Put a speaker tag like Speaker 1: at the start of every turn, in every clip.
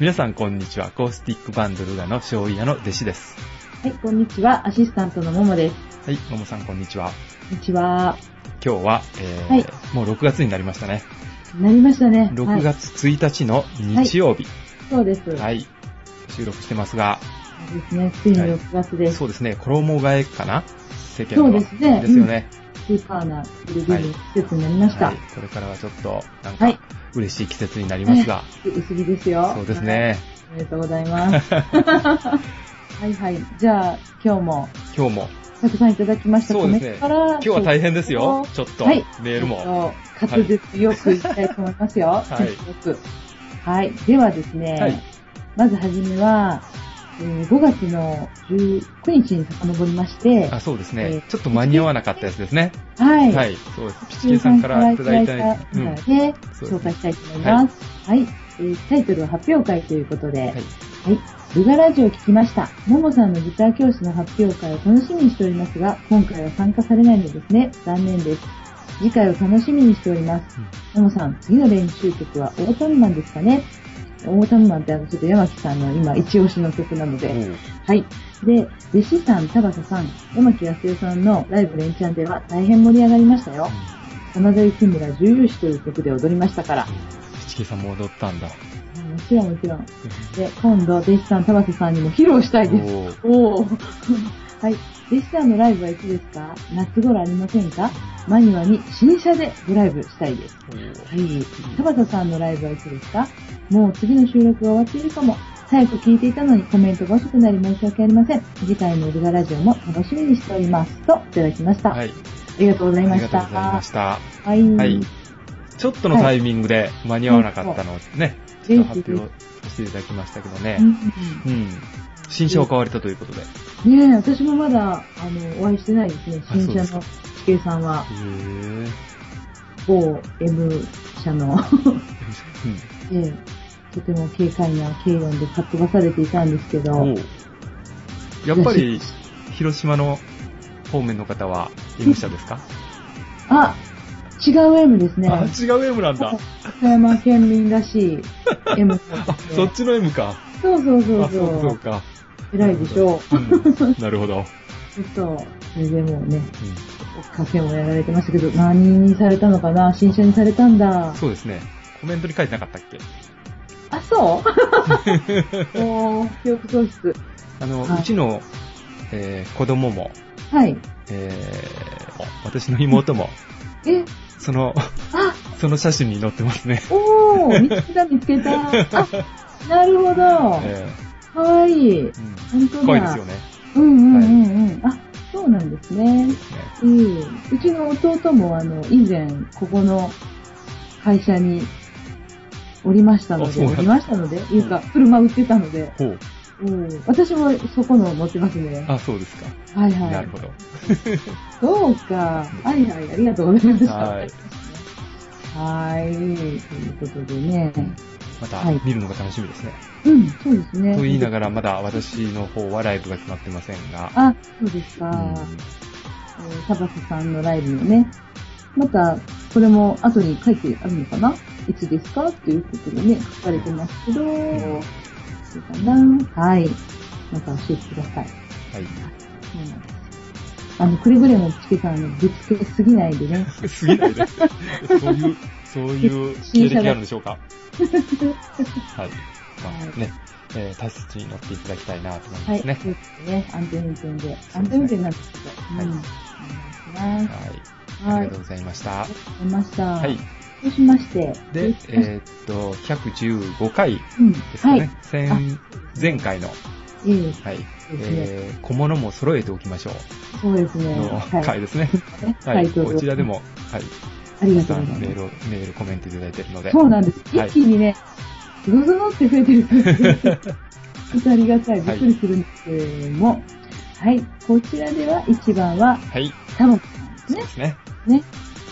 Speaker 1: 皆さんこんにちは。アコースティックバンドルガの醤油屋の弟子です。
Speaker 2: はい、こんにちは。アシスタントのももです。
Speaker 1: はい、ももさんこんにちは。
Speaker 2: こんにちは。
Speaker 1: 今日は、えー
Speaker 2: はい
Speaker 1: もう6月になりましたね。
Speaker 2: なりましたね。
Speaker 1: 6
Speaker 2: はい、
Speaker 1: 月1日の日曜日、
Speaker 2: そうです。
Speaker 1: はい、
Speaker 2: い。
Speaker 1: 収録してますが、
Speaker 2: そうですね。ついに6月です。
Speaker 1: そうですね、衣替えかな世間
Speaker 2: そう
Speaker 1: は。
Speaker 2: ですね。
Speaker 1: ですよね。
Speaker 2: うん。スーパーなビルビルの季節になりました。
Speaker 1: は
Speaker 2: はいい。、
Speaker 1: これからはちょっと、なん
Speaker 2: は
Speaker 1: か、嬉しい季節になりますが、
Speaker 2: 薄着ですよ。
Speaker 1: そうです
Speaker 2: はい。
Speaker 1: ね。
Speaker 2: おめでとうござい ます。はいはい。じゃあ、今日も
Speaker 1: 今日も、
Speaker 2: たくさんいただきました
Speaker 1: そうですね
Speaker 2: コメントから。
Speaker 1: 今日は大変ですよ。ちょっと、
Speaker 2: はい
Speaker 1: メール
Speaker 2: えっ
Speaker 1: も。
Speaker 2: と滑舌よくいきたいと思いますよ。
Speaker 1: い
Speaker 2: 滑舌よく。はい。ではですね、
Speaker 1: はい
Speaker 2: まずはじめは、えー5月の19日に遡りまして、
Speaker 1: あ、そうですね
Speaker 2: えー。
Speaker 1: ちょっと間に合わなかったやつですね。
Speaker 2: はい。
Speaker 1: はい、そうです。ピチケンさんからいただいた、う。
Speaker 2: うんの
Speaker 1: はい。
Speaker 2: で、
Speaker 1: そう
Speaker 2: 紹介したいと思います。はい、えータイトルは発表会ということで、はい。ルガラジオを聞きました。ももさんのギター教室の発表会を楽しみにしておりますが、今回は参加されないのですね。残念です。次回を楽しみにしております。ももさん、次の練習曲はオータムマンですかねオータムマンってあの、ちょっと山木さんの今、一押しの曲なので、
Speaker 1: うん
Speaker 2: はい。で、弟子さん、田畑さん、山木康代さんのライブ連チャンでは大変盛り上がりましたよ。真田幸村重勇士という曲で踊りましたから。
Speaker 1: ピチケンさんも踊ったんだ。
Speaker 2: もちろんもちろん。で、今度、弟子さん、田畑さんにも披露したいです。
Speaker 1: おー
Speaker 2: おお。はい。弟子さんのライブはいつですか夏頃ありませんかマニュアに新車でドライブしたいです。はい。田畑さんのライブはいつですかもう次の収録が終わっているかも。早く聞いていたのにコメントが遅くなり申し訳ありません。次回のルガラジオも楽しみにしております。と、いただきました。
Speaker 1: はい、
Speaker 2: ありがとうござい
Speaker 1: あ
Speaker 2: ま
Speaker 1: りが
Speaker 2: し
Speaker 1: とう
Speaker 2: た。
Speaker 1: ございました。
Speaker 2: はい。
Speaker 1: はい。ちょっとのタイミングで間に合わなかったのでね、ちょっと発表させていただきましたけど
Speaker 2: うん
Speaker 1: ね。うん。新車を買われたということで。へ
Speaker 2: うんねえ、私もまだ、あの、お会いしてないですね。
Speaker 1: あそう
Speaker 2: 新
Speaker 1: で
Speaker 2: 車
Speaker 1: すか
Speaker 2: の地形さんは、
Speaker 1: ぇ
Speaker 2: 某 M 社の、ええとても軽快な軽音でかっ飛ばされていたんですけど、
Speaker 1: おうやっぱり、広島の方面の方は M 社ですか
Speaker 2: あ、違う M ですね。
Speaker 1: あ、違う M なんだ。
Speaker 2: 富山県民らし い M さん
Speaker 1: あ
Speaker 2: です、ね
Speaker 1: そっちの M か。
Speaker 2: そうそうそ
Speaker 1: あ、
Speaker 2: うそ
Speaker 1: そう
Speaker 2: う。
Speaker 1: そうか。
Speaker 2: 偉いでしょ
Speaker 1: うん。なるほど。
Speaker 2: う。ちょっと、それでもうね、
Speaker 1: う
Speaker 2: カフェもやられてましたけど、何にされたのかな新車にされたんだ
Speaker 1: ん。そうですね。コメントに書いてなかったっけ
Speaker 2: あ、そうおー、記憶喪失。
Speaker 1: あの、
Speaker 2: はいう
Speaker 1: ちの、えー子供も、
Speaker 2: はい。
Speaker 1: えー私の妹も、
Speaker 2: え、
Speaker 1: その、
Speaker 2: あ、
Speaker 1: その写真に載ってますね。
Speaker 2: おー、見つけた見つけた。あ、なるほど。
Speaker 1: え
Speaker 2: かわい
Speaker 1: ーう
Speaker 2: い。
Speaker 1: ん
Speaker 2: 本当だ。
Speaker 1: 怖いですよね。
Speaker 2: うんうんうんうん。あ、そうなんですね。
Speaker 1: ね
Speaker 2: いいうちの弟もあの、以前、ここの会社におりましたの
Speaker 1: あそうなん
Speaker 2: で、お
Speaker 1: だ
Speaker 2: りましたので、いうか、車売ってたので、
Speaker 1: ほう。
Speaker 2: うん、私もそこの持ってますね。
Speaker 1: あ、そうですか。
Speaker 2: はいはい。
Speaker 1: なるほど。
Speaker 2: そうか。はいはい。ありがとうございました。
Speaker 1: はい。
Speaker 2: はい。ということでね。
Speaker 1: また
Speaker 2: はい、
Speaker 1: 見るのが楽しみですね。
Speaker 2: うん、そうですね。
Speaker 1: と言いながら、まだ私の方はライブが決まってませんが。
Speaker 2: あ、そうですか。
Speaker 1: うん
Speaker 2: えーサバスさんのライブもね。また、これも後に書いてあるのかないつですかっていうことでね、書かれてますけど、そうかな。はい。また教えてください。
Speaker 1: は
Speaker 2: そうなんですよ。あの、くれぐれもチケさん、あのぶつけすぎないでね。
Speaker 1: い。すぎないね。そういう、そういう経歴があるんでしょうか。はい。まあね、えー大切に乗っていただきたいなと思い
Speaker 2: は
Speaker 1: ま
Speaker 2: い。
Speaker 1: すね。
Speaker 2: そうですね。安全運転で。
Speaker 1: すね
Speaker 2: 安全運転なんですけど。
Speaker 1: はい
Speaker 2: うん。お願いします。
Speaker 1: はい。あ
Speaker 2: は
Speaker 1: り
Speaker 2: い。あり
Speaker 1: が
Speaker 2: が
Speaker 1: と
Speaker 2: と
Speaker 1: うございました。
Speaker 2: うございました。
Speaker 1: はい。。
Speaker 2: そうしまして。
Speaker 1: で、
Speaker 2: え
Speaker 1: えーっと、115回で
Speaker 2: うん。
Speaker 1: すか
Speaker 2: は
Speaker 1: ね。
Speaker 2: い。
Speaker 1: 先
Speaker 2: あ
Speaker 1: 前回の、
Speaker 2: いいです。
Speaker 1: はい、
Speaker 2: ですね
Speaker 1: えー小物も揃えておきましょう
Speaker 2: そうですね。
Speaker 1: の
Speaker 2: はい。
Speaker 1: 回ですね。
Speaker 2: ね
Speaker 1: はい、
Speaker 2: タイト
Speaker 1: こ
Speaker 2: ル
Speaker 1: ちらでも、はい、
Speaker 2: あり
Speaker 1: た
Speaker 2: が
Speaker 1: くさ
Speaker 2: とう
Speaker 1: ん
Speaker 2: ございま
Speaker 1: メー
Speaker 2: す。
Speaker 1: ルを、メールコメントいただいてるので、
Speaker 2: そうなんです。
Speaker 1: はい
Speaker 2: 一気にね、ズドズドって増えてる感 じです。本当にありがたい。びっくりするんですけれども。はい。こちらでは、一番は、
Speaker 1: はい、
Speaker 2: タモさ
Speaker 1: そ
Speaker 2: んです
Speaker 1: う
Speaker 2: ね
Speaker 1: で。すね。
Speaker 2: ね。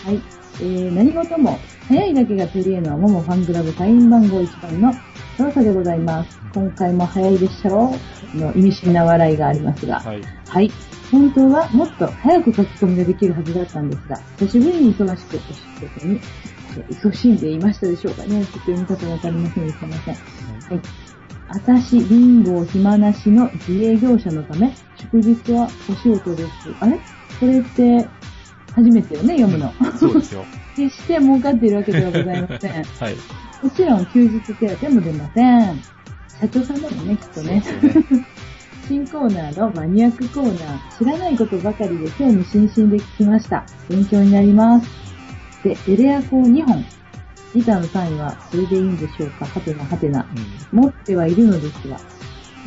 Speaker 2: はい。えー、何事も、早いだけが取り柄のももファンクラブ会員番号1番のそのさでございます。今回も早いでしょうの意味深な笑いがありますが。
Speaker 1: はい、
Speaker 2: はい。本当はもっと早く書き込みができるはずだったんですが、久しぶりに忙しくお仕事に、勤しんでいましたでしょうかね。ちょっと読み方わかりませんでしたません。はい。あたし、貧乏暇なしの自営業者のため、祝日はお仕事です。あれこれって、初めてよね、読むの。
Speaker 1: そうですよ。
Speaker 2: 決して儲かっているわけではございません。
Speaker 1: はい。
Speaker 2: もちろん休日手当も出ません。社長さんだもんね、きっとね。ね新コーナーのマニアックコーナー、知らないことばかりで興味津々で聞きました。勉強になります。で、エレアコを2本。ギターの単位はそれでいいんでしょうかはてなはてな。持ってはいるのですが。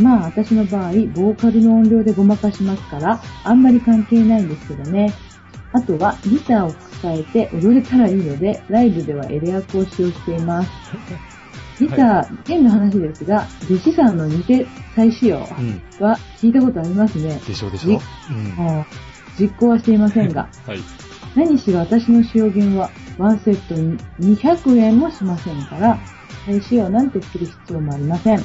Speaker 2: まあ、私の場合、ボーカルの音量でごまかしますから、あんまり関係ないんですけどね。あとは、ギターを使えて踊れたらいいので、ライブではエレアコを使用しています。ギター、はい、弦の話ですが、弟子さんの似て再使用は聞いたことありますね。
Speaker 1: でしょでしょ、
Speaker 2: うん、実行はしていませんが。
Speaker 1: はい、
Speaker 2: 何しろ私の使用源は1セットに200円もしませんから、再使用なんてする必要もありません。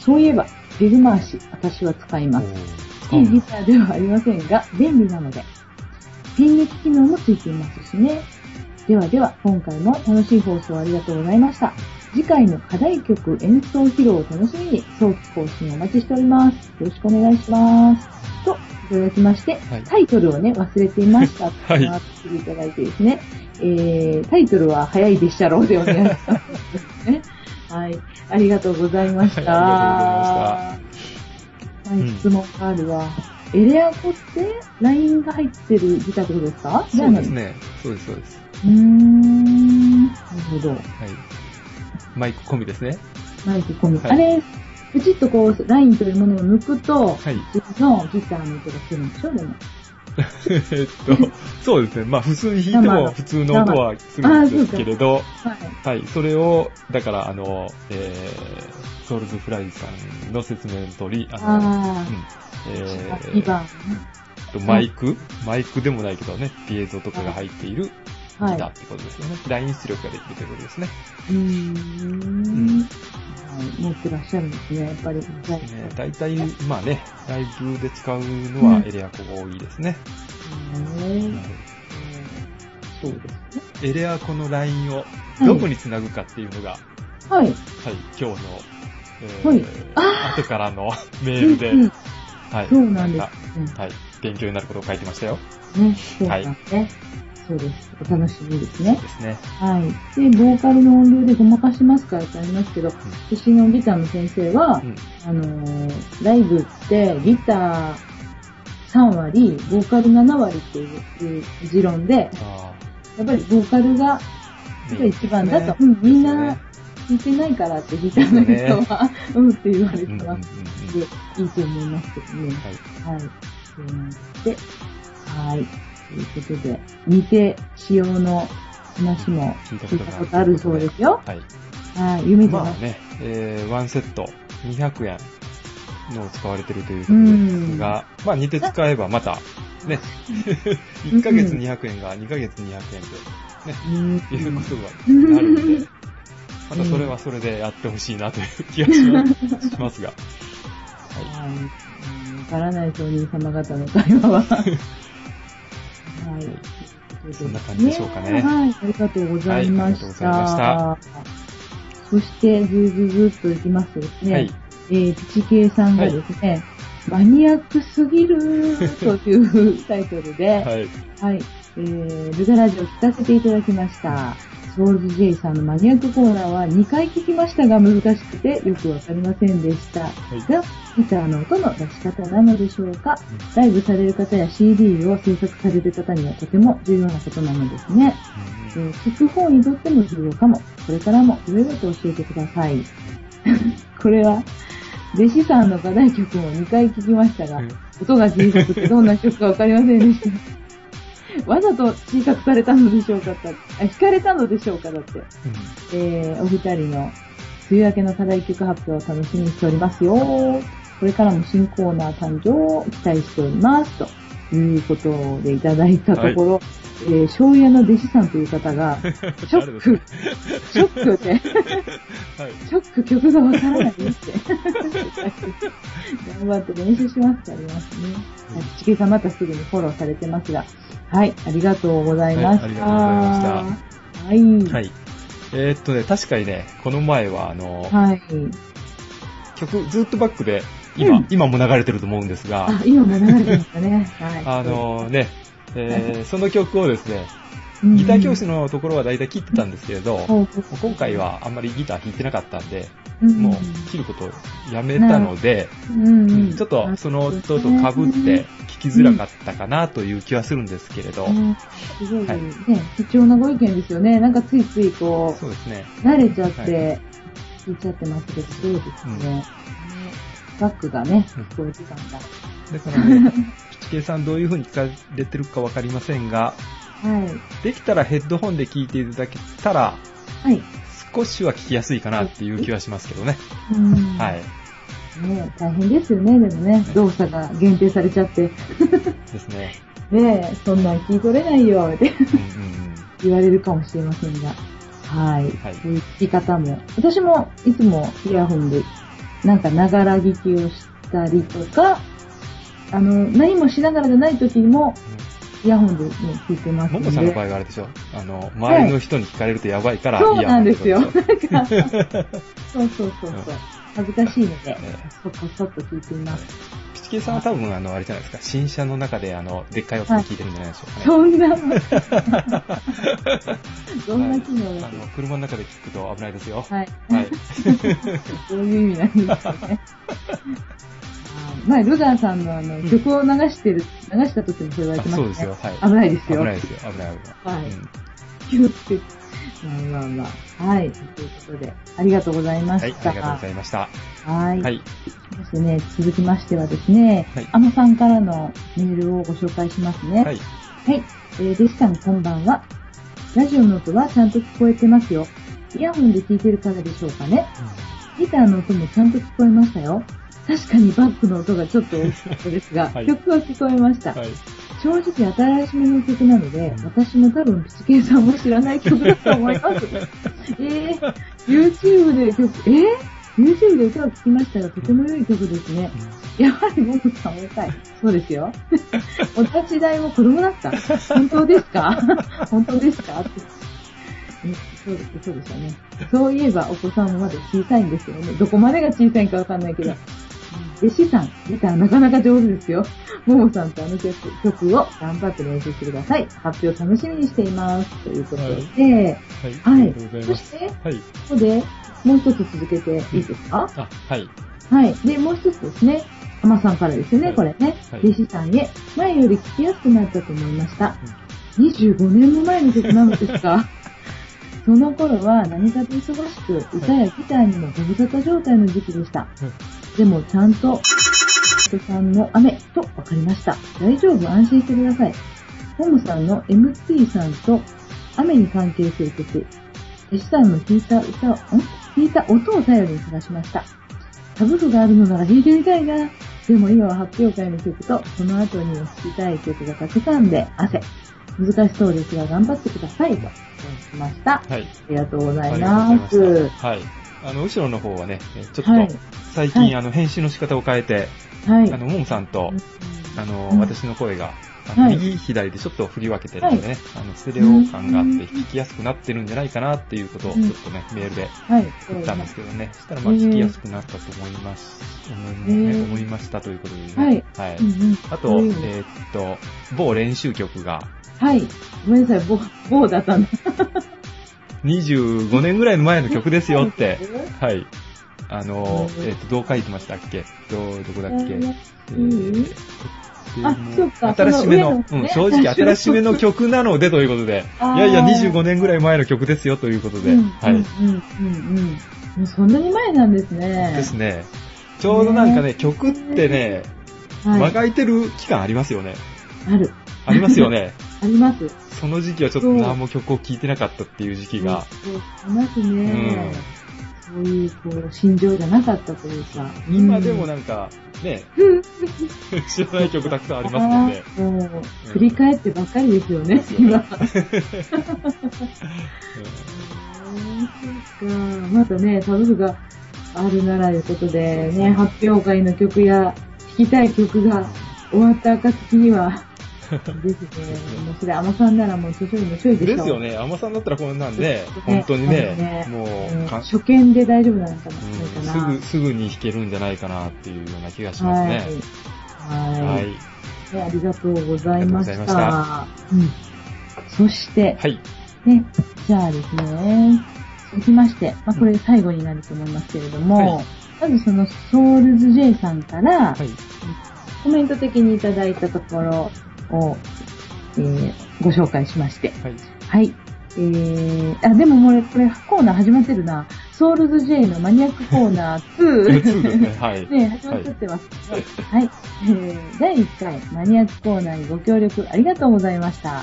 Speaker 2: そういえば、ビル回し、私は使います。いいギターではありませんが、便利なので。ピン抜き機能もついていますしね。ではでは、今回も楽しい放送ありがとうございました。次回の課題曲演奏披露を楽しみに早期更新お待ちしております。よろしくお願いします。と、いただきまして、はい、タイトルをね、忘れていました。
Speaker 1: はい。
Speaker 2: いただいてですね、えー、タイトルは早いでしたろうでお願いします。ね、はい。ありがとうございました。
Speaker 1: はい、あ
Speaker 2: りがとうございました。はい、うん、質問があるわ。エレアコってラインが入ってるギターってことですか
Speaker 1: そうですね。そうです、そうです。
Speaker 2: うーん。なるほど。はい。
Speaker 1: マイク込みですね。
Speaker 2: マイク込み。はい、あれ、プチッとこう、ラインというものを抜くと、
Speaker 1: はい。
Speaker 2: 自分のギターの音がするんでしょ、でも。
Speaker 1: えっと、そうですね。まあ、普通に弾いても普通の音はするんですけれど、
Speaker 2: はい、
Speaker 1: はい。それを、だから、あの、えー、ソウルズフライさんの説明の通り、
Speaker 2: あ
Speaker 1: の、
Speaker 2: あ
Speaker 1: うん、え
Speaker 2: ー、2番。
Speaker 1: マイク、マイクでもないけどね、ピエゾとかが入っているギターってことですよね。ライン出力ができるということですね。
Speaker 2: うーん。持ってらっしゃるんですね、やっぱり。ね、
Speaker 1: 大体、まあね、ライブで使うのはエレアコが多いですね。
Speaker 2: そうですね。
Speaker 1: エレアコのラインをどこにつなぐかっていうのが、
Speaker 2: はい。はい、
Speaker 1: 今日の、えーはい、後からのメールで、
Speaker 2: はい。そうなんです、
Speaker 1: はい。勉強になることを書いてましたよ。
Speaker 2: ね、そうなんですね。そうです。お楽しみですね。
Speaker 1: ですね。
Speaker 2: はい。で、ボーカルの音量でごまかしますからってありますけど、うん、私のギターの先生は、うん、あのー、ライブってギター3割、ボーカル7割っていう持論で、やっぱりボーカルが一番だと、ね、うん、みんな弾いてないからってギターの人は、う, ね、うんって言われてます。で、いいと思いますけどね。はい。はい。そうなんです。で、はい。ということで、似て使用の話も聞いたことあるそうですよ。
Speaker 1: はい。
Speaker 2: はい、夢じゃ。
Speaker 1: なまあね、えー、ワンセット200円の使われてるということですが、まあ似て使えばまた、ね、1ヶ月200円が2ヶ月200円と、ね、いうことがあるので、またそれはそれでやってほしいなという気がしますが。はい
Speaker 2: わからない商人様方の会話は、はい。
Speaker 1: そんな感じでしょうかね。
Speaker 2: はい。ありがとうございました。はい、そして、ずずずっといきますとですね、はい、えー、ピチケイさんがですね、はい、マニアックすぎる というタイトルで、
Speaker 1: はい、
Speaker 2: はい。えー、ルガラジオ聞かせていただきました。ソウルズ J さんのマニアックコーナーは2回聞きましたが難しくてよくわかりませんでした。はい、が、ギターの音の出し方なのでしょうか。ライブされる方や CD を制作される方にはとても重要なことなのですね。うん、えー、聞く方にとっても重要かも。これからもいろいろと教えてください。 これは、弟子さんの課題曲も2回聞きましたが、うん、音が小さくてどんな曲かわかりませんでした。わざと小さくされたのでしょうかあ、引かれたのでしょうかだって。うん、えー、お二人の梅雨明けの課題曲発表を楽しみにしておりますよ。これからも新コーナー誕生を期待しております。ということでいただいたところ、はい、えー、醤油屋の弟子さんという方 が、ショック、ショックって、はい、ショック曲がわからないって、頑張って練習しますとありますね。ちけさんまたすぐにフォローされてますが、はい、ありがとうございました。はい、ありがとうございま
Speaker 1: した。はい。はい。えー、っとね、確かにね、この前はあの、
Speaker 2: はい。
Speaker 1: 曲、ずっとバックで、今、
Speaker 2: うん
Speaker 1: 今も流れてると思うんですが、
Speaker 2: あ、今も流れてまし たね。はい。
Speaker 1: あのね、えーその曲をですね、
Speaker 2: うん、
Speaker 1: ギター教室のところは大体切ってたんですけれど、
Speaker 2: うん、
Speaker 1: もう今回はあんまりギター弾いてなかったんで、
Speaker 2: うん
Speaker 1: もう切ることをやめたので、
Speaker 2: うん
Speaker 1: う
Speaker 2: うんん、
Speaker 1: ちょっとその音と被って聞きづらかったかなという気はするんですけれど、
Speaker 2: うんすごい、
Speaker 1: はい
Speaker 2: ね、貴重なご意見ですよね。なんかついついこう、
Speaker 1: そうですね。
Speaker 2: 慣れちゃって、
Speaker 1: は
Speaker 2: 聞いちゃってますけど、そうですね。ねバックがね、
Speaker 1: うん
Speaker 2: こう時間が。
Speaker 1: だから ね、吉慶さんどういう風に聞かれてるかわかりませんが、
Speaker 2: はい。
Speaker 1: できたらヘッドホンで聞いていただけたら、
Speaker 2: はい。
Speaker 1: 少しは聞きやすいかなっていう気はしますけどね。
Speaker 2: うん
Speaker 1: はい。。
Speaker 2: ね大変ですよね、でもね。動作が限定されちゃって。
Speaker 1: です ね。
Speaker 2: ねえ、そんなん聞い取れないよ、って
Speaker 1: うんうんうん。
Speaker 2: 言われるかもしれませんが。はい。
Speaker 1: はい
Speaker 2: そういう聞き方も。私もいつもイヤホンで、なんかながら聞きをしたりとか、あの、何もしながらじゃない時にも、イヤホンで、ね、聞いてます
Speaker 1: も
Speaker 2: ので。
Speaker 1: もさんの場合はあれでしょあの、周りの人に聞かれるとやばいから、
Speaker 2: そうなんですよ。
Speaker 1: い
Speaker 2: な
Speaker 1: や
Speaker 2: んか、そうそうそうそ
Speaker 1: う
Speaker 2: う
Speaker 1: ん。
Speaker 2: 恥ずかしいので
Speaker 1: え、え
Speaker 2: そっそっと聞いています。
Speaker 1: ピチケイさんは多分、あの、あれじゃないですか、新車の中で、あの、でっかい音で聞いてるんじゃないでしょ うかね。
Speaker 2: そん な、どんな機能
Speaker 1: はい
Speaker 2: だ
Speaker 1: あ
Speaker 2: っけ
Speaker 1: の、車の中で聞くと危ないですよ。
Speaker 2: はい。
Speaker 1: はい。
Speaker 2: どういう意味なんですかね。前、ルガーさんのあの、
Speaker 1: ん
Speaker 2: 曲を流してる、流した時もそう言われてま
Speaker 1: あ
Speaker 2: すね。
Speaker 1: そうですよはい
Speaker 2: 危ないです
Speaker 1: 危
Speaker 2: よ。
Speaker 1: ないですよ。危ない危ない。
Speaker 2: はい
Speaker 1: うん
Speaker 2: 気をつけて。まあまあまあ。はい。ということで、ありがとうございま
Speaker 1: はい、あり
Speaker 2: した。
Speaker 1: がとうございました。
Speaker 2: はい
Speaker 1: はい。
Speaker 2: そしてね、続きましてはですね、
Speaker 1: はい
Speaker 2: あのさんからのメールをご紹介しますね。
Speaker 1: はい。
Speaker 2: はい。えー、弟子さんこんばんは。ラジオの音はちゃんと聞こえてますよ。イヤホンで聞いてるからでしょうかね。ギターの音もちゃんと聞こえましたよ。確かにバックの音がちょっと大きかったですが、
Speaker 1: はい
Speaker 2: 曲は聞こえました。
Speaker 1: はい。
Speaker 2: 正直新しめの曲なので
Speaker 1: う、ん
Speaker 2: 私も多分ピチケイさんも知らない曲だと思 います。えー、YouTube で曲、えー YouTube で歌を聴きましたが、とても良い曲ですね。やはり僕さん重たい。そうですよ。お立ち台も子供だった。本当ですか本当ですかって。ねそうですそうでしたね。そういえばお子さんもまだ小さいんですよね。どこまでが小さいかわかんないけど。弟子さん、ギターなかなか上手ですよ。ももさんとあの曲曲を頑張って練習してください。発表楽しみにしています。ということで、
Speaker 1: はい。
Speaker 2: はい。
Speaker 1: ありがとうござい
Speaker 2: そ
Speaker 1: ま
Speaker 2: し
Speaker 1: す。は
Speaker 2: て、
Speaker 1: い。
Speaker 2: ここでもう一つ続けていいですか、
Speaker 1: あ、はい。
Speaker 2: はい。で、もう一つですね。アマさんからですよね、
Speaker 1: はい
Speaker 2: これね。
Speaker 1: はい
Speaker 2: 弟子さんへ、前より聞きやすくなったと思いました。25年も前の曲なのです かその頃は何かと忙しく、歌やギターにもご無沙汰状態の時期でした。でもちゃんと、人さんの雨と分かりました。大丈夫、安心してください。ホムさんの MT さんと雨に関係する曲、弟子さんの弾いた歌を、ん弾いた音を頼りに探しました。タブ譜があるのなら弾いてみたいな。でも今は発表会の曲と、その後にも聴きたい曲がたくさんで、汗。難しそうですが、頑張ってください。と、しました。
Speaker 1: はい。
Speaker 2: ありがとうござ
Speaker 1: あ
Speaker 2: い
Speaker 1: りがとう
Speaker 2: ま
Speaker 1: ござい
Speaker 2: す
Speaker 1: ま。した。はい。あの、後ろの方はね、えちょ
Speaker 2: は
Speaker 1: っ
Speaker 2: い
Speaker 1: と、最
Speaker 2: はい
Speaker 1: 近、あの、編集の仕方を変えて、
Speaker 2: はい。
Speaker 1: あの、ももさんと、あの、
Speaker 2: うん
Speaker 1: 私の声が、あの
Speaker 2: はい
Speaker 1: 右、左でちょっと振り分けてるんでね、あの、ステレオ感があって聞きやすくなってるんじゃないかなっていうことを、
Speaker 2: う
Speaker 1: ち
Speaker 2: ん
Speaker 1: ょっとね、メールで
Speaker 2: はい。
Speaker 1: 送ったんですけどね、そしたらまあ
Speaker 2: うん
Speaker 1: 聞きやすくなったと思います、思い
Speaker 2: へ
Speaker 1: ね
Speaker 2: ー
Speaker 1: 思いましたということで
Speaker 2: はい
Speaker 1: ね。はい
Speaker 2: うんうん
Speaker 1: あ
Speaker 2: う
Speaker 1: と、え
Speaker 2: ん
Speaker 1: ーっと、某練習曲が、
Speaker 2: はい。ごめんなさい、ぼ棒だったんだ。
Speaker 1: 25年ぐらいの前の曲ですよ って、はい。あの、
Speaker 2: うん
Speaker 1: えーっと、どう書いてましたっけど、どこだっけ、え
Speaker 2: うん
Speaker 1: ー
Speaker 2: あ
Speaker 1: でも
Speaker 2: そっか
Speaker 1: 新しめ
Speaker 2: その
Speaker 1: の
Speaker 2: 上のね、
Speaker 1: うん、正直新しめの曲なのでということで、い
Speaker 2: あー
Speaker 1: やいや、25年ぐらい前の曲ですよということで、
Speaker 2: うん
Speaker 1: はい。
Speaker 2: うんうんうん。もうそんなに前なんですね。
Speaker 1: ですね。ちょうどなんかね、曲ってね、
Speaker 2: は
Speaker 1: 間
Speaker 2: い。
Speaker 1: が空いてる期間ありますよね。
Speaker 2: ある。
Speaker 1: ありますよ ね。
Speaker 2: あります。
Speaker 1: その時期はちょっと何も曲を聴いてなかったっていう時期が。
Speaker 2: そうありますね。そういう、こう、心情じゃなかったというか。
Speaker 1: 今でも
Speaker 2: な
Speaker 1: なんか、ね、 知らない曲たくさんありますもんね。
Speaker 2: もう、振り返ってばっかりですよね、今。 そうか。またね、タブ譜があるならということで、ね、発表会の曲や、弾きたい曲が終わった暁には、ですね。もうそれ、甘さんならもうちょいのちょいでしょ。
Speaker 1: ですよね。甘さんだったらこんなんで、本当にね、もう、か
Speaker 2: 初見で大丈夫なのかな、
Speaker 1: うん、すぐ、すぐに弾けるんじゃないかなっていうような気がしますね。
Speaker 2: はい。はい。ありがとうございました。したうん。そして、
Speaker 1: はい。
Speaker 2: ね、じゃあですね、続きまして、まあこれ最後になると思いますけれども、はい、まずそのソウルズ J さんから、はい、コメント的にいただいたところを、えー、ご紹介しまして、はい。はい。えー、あ、でももうこれコーナー始まってるな。ソウルズ J のマニアックコーナー2。
Speaker 1: 2ですね、はい。
Speaker 2: ね、始まっちゃってます。はい、はい、えー。第1回マニアックコーナーにご協力ありがとうございました。はい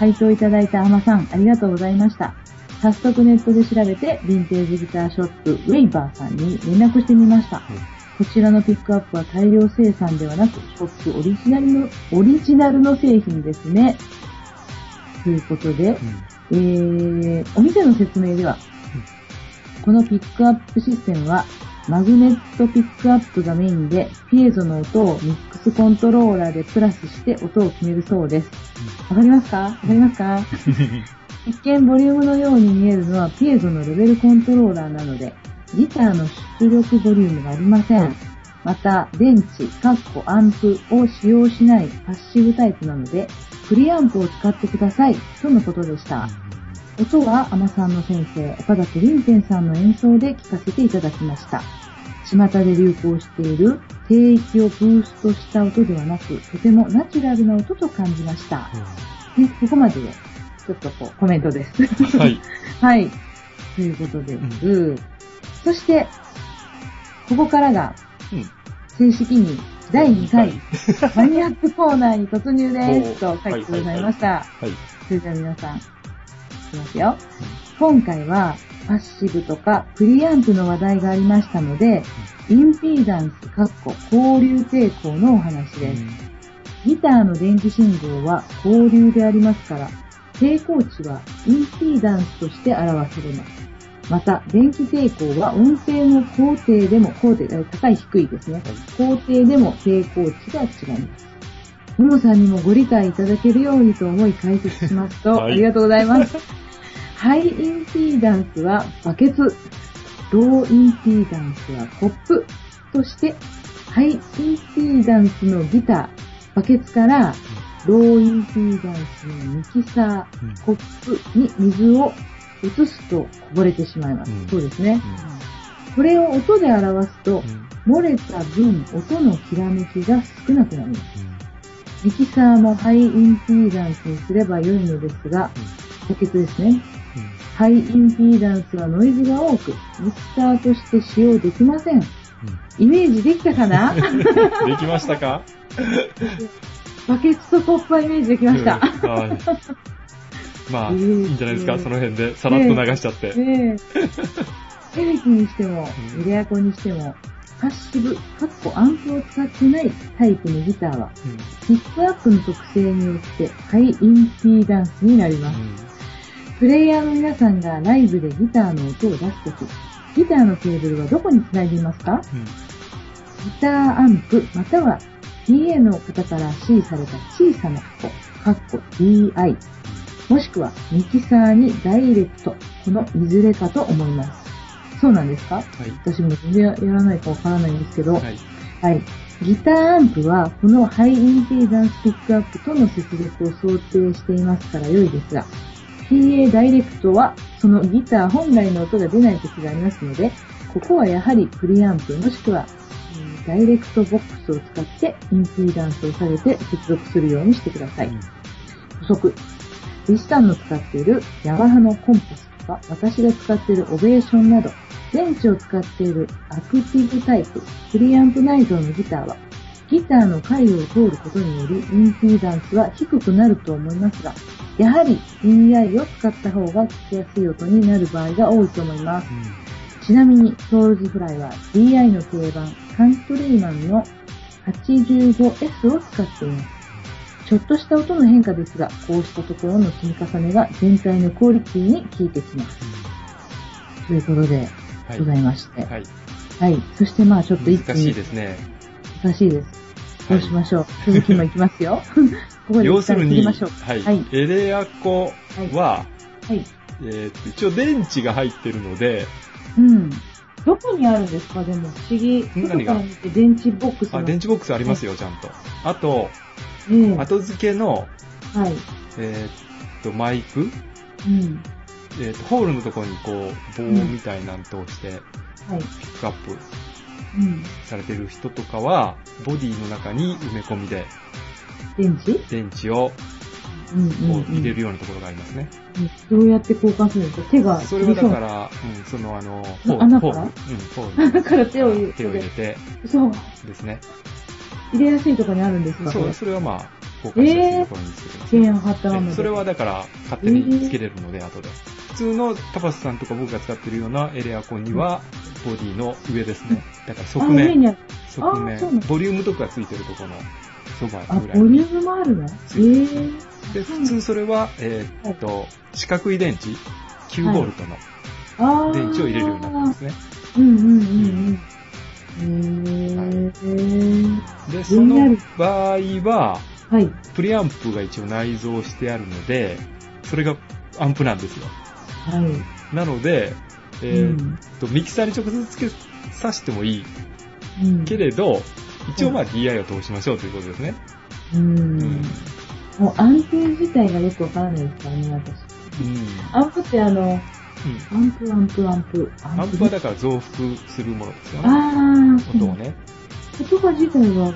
Speaker 2: 回答いただいたアマさん、ありがとうございました。早速ネットで調べて、ヴィンテージギターショップ、ウェイバーさんに連絡してみました。こちらのピックアップは大量生産ではなく、ショップオリジナルの、オリジナルの製品ですね。ということで、うん、えー、お店の説明では、このピックアップシステムは、マグネットピックアップがメインで、ピエゾの音をミックスコントローラーでプラスして音を決めるそうです。わかりますかわかりますか一見ボリュームのように見えるのはピエゾのレベルコントローラーなので、ギターの出力ボリュームがありません。また、電池、カッコ、アンプを使用しないパッシブタイプなので、プリアンプを使ってください、とのことでした。音はアマさんの先生、岡崎林天さんの演奏で聴かせていただきました。巷で流行している低域をブーストした音ではなく、とてもナチュラルな音と感じました。うん、ね、ここまでで、ちょっとこう、コメントです。
Speaker 1: はい。
Speaker 2: はい。ということです。うん、そして、ここからが、正式に第2回、マニアックコーナーに突入ですと書いてございました。はい。それでは皆さん、きますよ。今回は、パッシブとかプリアンプの話題がありましたので、インピーダンス、かっこ、交流抵抗のお話です。ギターの電気信号は交流でありますから、抵抗値はインピーダンスとして表されます。また、電気抵抗は音程の高低でも、高低、高い低いですね。高低でも抵抗値が違います。ももさんにもご理解いただけるようにと思い解説しますと、はい、ありがとうございます。 ハイインピーダンスはバケツ、ローインピーダンスはコップとして、ハイインピーダンスのギター、バケツから、ローインピーダンスのミキサー、コップに水を移すとこぼれてしまいます。うん、そうですね、うん、これを音で表すと、うん、漏れた分音のきらめきが少なくなります。ミキサーもハイインピーダンスにすれば良いのですが、補欠ですね。ハイインピーダンスはノイズが多く、ミキサーとして使用できません。イメージできたか な
Speaker 1: できましたか
Speaker 2: バケツとコップはイメージできました。うんはい、
Speaker 1: まあ、いいんじゃないですか、その辺で。さらっと流しちゃって。
Speaker 2: ねエレキにしても、エレアコにしても、パッシブ、かっこアンプを使ってないタイプのギターは、ピ、うん、ックアップの特性によってハイインピーダンスになります。うん、プレイヤーの皆さんがライブでギターの音を出すとき、ギターのケーブルはどこにつないでいますか、うん、ギターアンプ、または PA の方から C された小さな箱、かっこ DI、もしくはミキサーにダイレクト、このいずれかと思います。そうなんですか、はい、私も全然やらないかわからないんですけど、はい、はい。ギターアンプは、このハイインピーダンスピックアップとの接続を想定していますから良いですが、PA ダイレクトは、そのギター本来の音が出ない時がありますので、ここはやはりプリアンプもしくは、ダイレクトボックスを使ってインピーダンスを下げて接続するようにしてください。うん、補足。リシタンの使っているヤマハのコンパスとか、私が使っているオベーションなど、電池を使っているアクティブタイプ、プリアンプ内蔵のギターは、ギターの回を通ることにより、インピーダンスは低くなると思いますが、やはり DI を使った方が聞きやすい音になる場合が多いと思います。うん、ちなみに、ソウルズフライは DI の定番、カントリーマンの 85S を使っています。ちょっとした音の変化ですが、こうしたところの積み重ねが全体のクオリティに効いてきます。うん、ということで、ございまして。はい。はい。そしてまあちょっと
Speaker 1: 一気難しいですね。
Speaker 2: 難しいです。どうしましょう。はい、続きもいきますよ。ここで
Speaker 1: 要
Speaker 2: 一
Speaker 1: す
Speaker 2: 旦
Speaker 1: る
Speaker 2: 切り
Speaker 1: に、
Speaker 2: ましょう。
Speaker 1: はい、
Speaker 2: はい。
Speaker 1: エレアコは、
Speaker 2: はい。
Speaker 1: えーっと、一応電池が入ってるので、
Speaker 2: うん。どこにあるんですかでも不思議。
Speaker 1: 何が
Speaker 2: 外から見て電池ボックス
Speaker 1: あ、電池ボックスありますよ、ちゃんと。あと、
Speaker 2: 池、ええ
Speaker 1: 後付けの、
Speaker 2: はい。
Speaker 1: えーっと、マイク、
Speaker 2: うん。
Speaker 1: えーっと、ホールのところにこう、棒みたいなの通して、
Speaker 2: はい。
Speaker 1: ピックアップ
Speaker 2: うん。
Speaker 1: されてる人とかは、ボディの中に埋め込みで、
Speaker 2: 電池
Speaker 1: 電池を
Speaker 2: うん
Speaker 1: こ
Speaker 2: うん、うん。
Speaker 1: う入れるようなところがありますね。
Speaker 2: うんどうやって交換するんですか手が。。
Speaker 1: それはだからら、うん、そのあの、
Speaker 2: うん
Speaker 1: ホール、
Speaker 2: 穴
Speaker 1: ホ
Speaker 2: か
Speaker 1: ー
Speaker 2: ら
Speaker 1: ル、うん、ホール
Speaker 2: だから 手を入
Speaker 1: 手を入れて、
Speaker 2: そう。
Speaker 1: ですね。
Speaker 2: 入れやすいとこにあるんですか
Speaker 1: そう、それはまあ、公開したところにつけてますね
Speaker 2: 電波ったら
Speaker 1: えそれはだから、勝手につけれるので、後で。普通のタパスさんとか僕が使ってるようなエレアコンには、ボディの上ですね。だから側
Speaker 2: あ、上
Speaker 1: 面、
Speaker 2: にある。
Speaker 1: 側
Speaker 2: あそうな
Speaker 1: 面
Speaker 2: んだ、
Speaker 1: ボリュームとかついてるところのそば
Speaker 2: あ、
Speaker 1: ぐらい
Speaker 2: ボリュ
Speaker 1: に。
Speaker 2: ームもあるのえ
Speaker 1: つ
Speaker 2: え
Speaker 1: いて
Speaker 2: ー。
Speaker 1: で、普通それは、えーっと、四角い電池、9ボルトの
Speaker 2: あー
Speaker 1: 電池を入れるようになってますね。
Speaker 2: うんうんうんうん。へー。
Speaker 1: で、
Speaker 2: 気
Speaker 1: そ
Speaker 2: にな
Speaker 1: の
Speaker 2: る
Speaker 1: 場合は、
Speaker 2: はい。
Speaker 1: プリアンプが一応内蔵してあるので、それがアンプなんですよ。
Speaker 2: はい。
Speaker 1: なので、えー
Speaker 2: うん
Speaker 1: っと、ミキサーに直接つけさしてもいい
Speaker 2: うん
Speaker 1: けれど、一応まあ DI を通しましょうということですね。
Speaker 2: うん
Speaker 1: うん。
Speaker 2: もう安定自体がよくわからないですからね、私。
Speaker 1: うん
Speaker 2: アンプってあの、
Speaker 1: う
Speaker 2: アンプ、アンプ、アンプ。ア
Speaker 1: ん。アンプはだから増幅するものですよね。
Speaker 2: ああ、
Speaker 1: 音を。ね。
Speaker 2: 言葉自体は、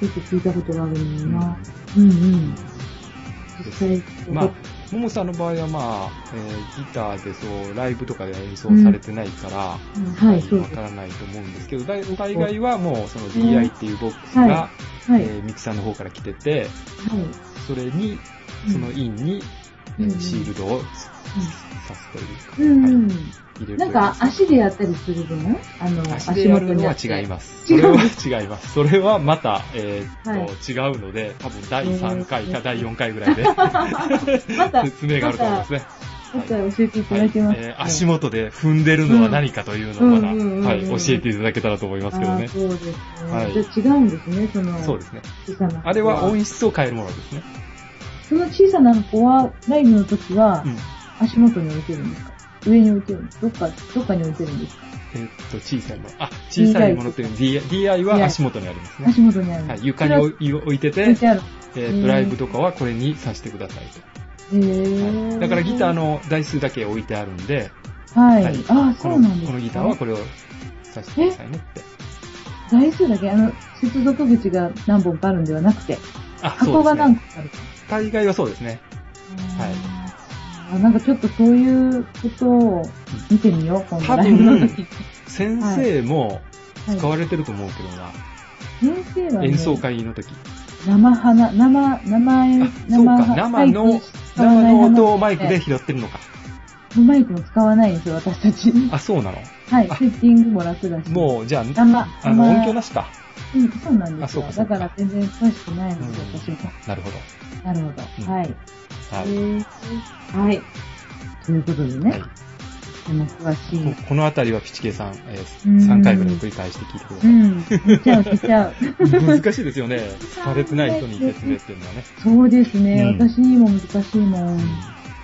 Speaker 2: ちょっと聞いたことがある
Speaker 1: う
Speaker 2: の
Speaker 1: ん
Speaker 2: よな。うんうん。
Speaker 1: で
Speaker 2: 実
Speaker 1: す
Speaker 2: 際、
Speaker 1: まあ、ももさんの場合はまあ、えーギターでそう、ライブとかで演奏されてないから、
Speaker 2: うんはい、そう
Speaker 1: わ
Speaker 2: です。
Speaker 1: からないと思うんですけど、大大概はもうその DI っていうボックス
Speaker 2: はい
Speaker 1: が、
Speaker 2: はい、
Speaker 1: えーミキサーの方から来てて、それに、
Speaker 2: うん
Speaker 1: そのインに、えー
Speaker 2: うん
Speaker 1: シールドをつ
Speaker 2: は
Speaker 1: 刺すと
Speaker 2: い。う
Speaker 1: い
Speaker 2: ん。う
Speaker 1: うか、
Speaker 2: ん。
Speaker 1: 入れると
Speaker 2: なんか、足でやったりするじゃないあの、
Speaker 1: 足でやるのは違い
Speaker 2: ま
Speaker 1: ます。そ
Speaker 2: 足
Speaker 1: れ
Speaker 2: 元
Speaker 1: は
Speaker 2: にあ
Speaker 1: 違います。それはまた、え
Speaker 2: は
Speaker 1: ーっと、違うので、多分第3回
Speaker 2: え
Speaker 1: か
Speaker 2: ー
Speaker 1: 第4回ぐらいで
Speaker 2: す。また、
Speaker 1: 説明があると思うんですね。
Speaker 2: また教えていた
Speaker 1: はい
Speaker 2: だきます。
Speaker 1: えー足元で踏んでるのは何かというのをまだ、
Speaker 2: うんうんうんうん
Speaker 1: はい、教えていただけたらと思いますけど
Speaker 2: あー
Speaker 1: ね。
Speaker 2: そうですね。
Speaker 1: はい
Speaker 2: じゃあ違うんですね、その、
Speaker 1: そうですね。
Speaker 2: 小さな。
Speaker 1: あれは音質を変えるものですね。
Speaker 2: その小さな箱は、ライブの時は
Speaker 1: う、ん。
Speaker 2: 足元に置いてるんですか上に置いてるんですどっか、どっかに置いてるんですか
Speaker 1: えーっと、小さいもの。あ、小さいものというのは DI, DI は足元にありますね。
Speaker 2: 足元にあるん
Speaker 1: は
Speaker 2: です
Speaker 1: い、床に置い置いて
Speaker 2: 置
Speaker 1: て、
Speaker 2: いてある。
Speaker 1: えーっと、ライブとかはこれに刺してくださいと。
Speaker 2: へ
Speaker 1: は
Speaker 2: ー。
Speaker 1: いだからギター、の台数だけ置いてあるんで、
Speaker 2: はい。
Speaker 1: はい
Speaker 2: ああ、
Speaker 1: こ
Speaker 2: そ
Speaker 1: の
Speaker 2: うなんですか
Speaker 1: このギターはこれを刺してくださいねって。
Speaker 2: 台数だけ、あの、接続口が何本かあるんではなくて、
Speaker 1: あ、そ
Speaker 2: 箱
Speaker 1: うで
Speaker 2: が
Speaker 1: す
Speaker 2: 何
Speaker 1: ね。
Speaker 2: 個かある。
Speaker 1: 大概はそうですね。はい
Speaker 2: あーなんかちょっとそういうことを見てみよう、今度
Speaker 1: 多
Speaker 2: ライブの時
Speaker 1: 分。、先生も使われてると思うけどな、
Speaker 2: 先生はね、
Speaker 1: 演奏会の時。
Speaker 2: 生花、生、生演、
Speaker 1: あ、そうか、生の、生の音をマイクで。拾ってるのか。
Speaker 2: マイクも使わないんですよ、私たち。
Speaker 1: あ、そうなの
Speaker 2: はい、セ
Speaker 1: あ
Speaker 2: ッティングも楽だし。
Speaker 1: もう、じゃあ、
Speaker 2: 生、
Speaker 1: あの、
Speaker 2: 生
Speaker 1: 音響なしか。
Speaker 2: うん、そうなんです
Speaker 1: あそう
Speaker 2: よ。
Speaker 1: かそう
Speaker 2: だ
Speaker 1: か
Speaker 2: から全然詳しくないんです
Speaker 1: う
Speaker 2: よ、
Speaker 1: ん
Speaker 2: 私も。
Speaker 1: なるほど。
Speaker 2: なるほど。
Speaker 1: うん
Speaker 2: はい。
Speaker 1: はい。
Speaker 2: へーはい。ということでね、
Speaker 1: はい
Speaker 2: でも詳しい。
Speaker 1: ここのあたりはピチケイさん、え
Speaker 2: うん
Speaker 1: 3回ぐらい繰り返して聞いてくだ
Speaker 2: う
Speaker 1: さい。
Speaker 2: ん。見ちゃう、見 ちゃう。
Speaker 1: 難しいですよね。されてない人に説明っていうのはね。
Speaker 2: そうですね、
Speaker 1: うん
Speaker 2: 私にも難しいもん。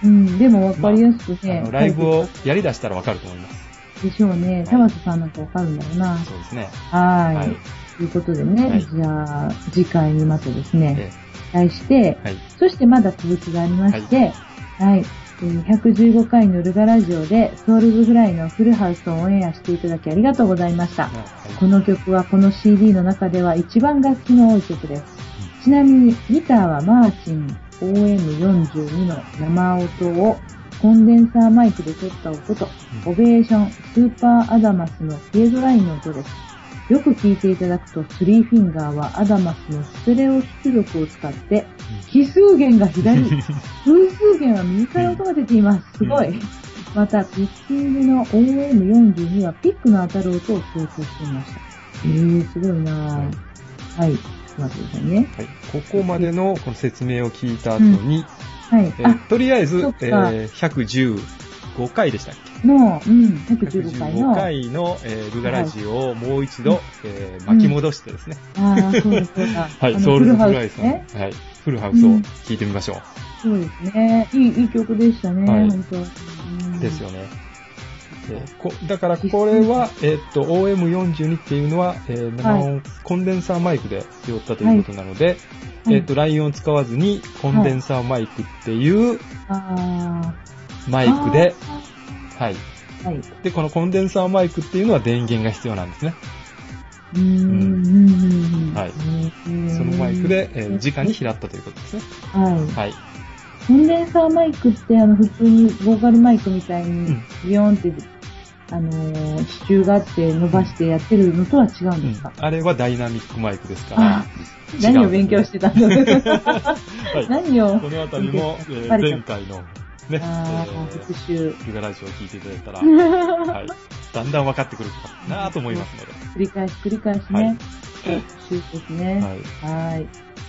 Speaker 2: うん、でも分かりやすく
Speaker 1: あ
Speaker 2: ね、
Speaker 1: の、ライブをやりだしたらわかると思います。
Speaker 2: でしょうね。タワスさんなんか分かるんだろうな。
Speaker 1: そうですね。
Speaker 2: はい,、
Speaker 1: はい
Speaker 2: ということでね、
Speaker 1: はい
Speaker 2: じゃあ、次回にまたですね、
Speaker 1: え
Speaker 2: 題して
Speaker 1: え、はい。
Speaker 2: そしてまだ続きがありまして、はい。えー115回のルガラジオで、ソウルズフライのフルハウスをオンエアしていただきありがとうございました。こ
Speaker 1: は
Speaker 2: の曲はこの CD の中では一番楽器の多い曲です。ちなみにギターはマーチン OM42 の生音をコンデンサーマイクで撮った音と、
Speaker 1: うん
Speaker 2: オベーションスーパーアダマスのフィエドラインの音です。よく聴いていただくと、スリーフィンガーはアダマスのステレオ出力を使って、奇数弦が左、 偶数弦は右から音が出ています。すごい。また、ピッキングの OM42 はピックの当たる音を強調していました。へえー、すごいなぁ。はい。ちょっと待ってください
Speaker 1: い。
Speaker 2: ね。
Speaker 1: はい。ここまでのこの説明を聞いた後に、
Speaker 2: はい。
Speaker 1: え
Speaker 2: あ、
Speaker 1: とりあえず、え
Speaker 2: そっか
Speaker 1: ー110、 115回でしたっけ
Speaker 2: の、うん、115回
Speaker 1: 115
Speaker 2: の。
Speaker 1: 回の、えー、ルガラジオをもう一度、えー巻き戻してですね。。
Speaker 2: ああ、そうですそうだ
Speaker 1: は
Speaker 2: あ
Speaker 1: い、
Speaker 2: の
Speaker 1: ソウルの
Speaker 2: フ
Speaker 1: フ
Speaker 2: ハ
Speaker 1: ル
Speaker 2: ウ
Speaker 1: ライ
Speaker 2: ス
Speaker 1: さん。
Speaker 2: ね。
Speaker 1: はい、フルハウスを聞いてみましょ
Speaker 2: そうですね。いい、いい曲でしたね、
Speaker 1: はい
Speaker 2: 本当、うん
Speaker 1: う。ですよね。えーこだからこれは、えーっと、OM42 っていうのは、えー生音、コンデンサーマイクで拾ったということなので、
Speaker 2: はい
Speaker 1: えーっと、ラインを使わずに、コンデンサーマイクっていう
Speaker 2: あ
Speaker 1: マ
Speaker 2: あ。
Speaker 1: イクで、はい。
Speaker 2: あー。はい。
Speaker 1: で、このコンデンサーマイクっていうのは電源が必要なんですね。
Speaker 2: うーんうんうんうん
Speaker 1: はい
Speaker 2: うん
Speaker 1: そのマイクで、えー、直に拾ったということですね。
Speaker 2: は
Speaker 1: はい。
Speaker 2: い。コンデンサーマイクって、あの、普通にボーカルマイクみたいに、ビヨーンって、あのー、支柱があって伸ばしてやってるのとは違うん
Speaker 1: う
Speaker 2: で
Speaker 1: ん
Speaker 2: すか、
Speaker 1: あれはダイナミックマイクですか
Speaker 2: あ
Speaker 1: ら。
Speaker 2: あ、何を勉強してたんだろう
Speaker 1: はい。
Speaker 2: 何を
Speaker 1: このあたりも、えー
Speaker 2: バレちゃ
Speaker 1: 前
Speaker 2: った
Speaker 1: 回のね、え
Speaker 2: ああ、復
Speaker 1: ー、
Speaker 2: 習。
Speaker 1: ルガラジオを聞いていただい たら、はい、だんだん分かってくるかなと思いますので。
Speaker 2: 繰り返し繰り返し
Speaker 1: はい
Speaker 2: ね。復習ですね。
Speaker 1: はい。
Speaker 2: はーい。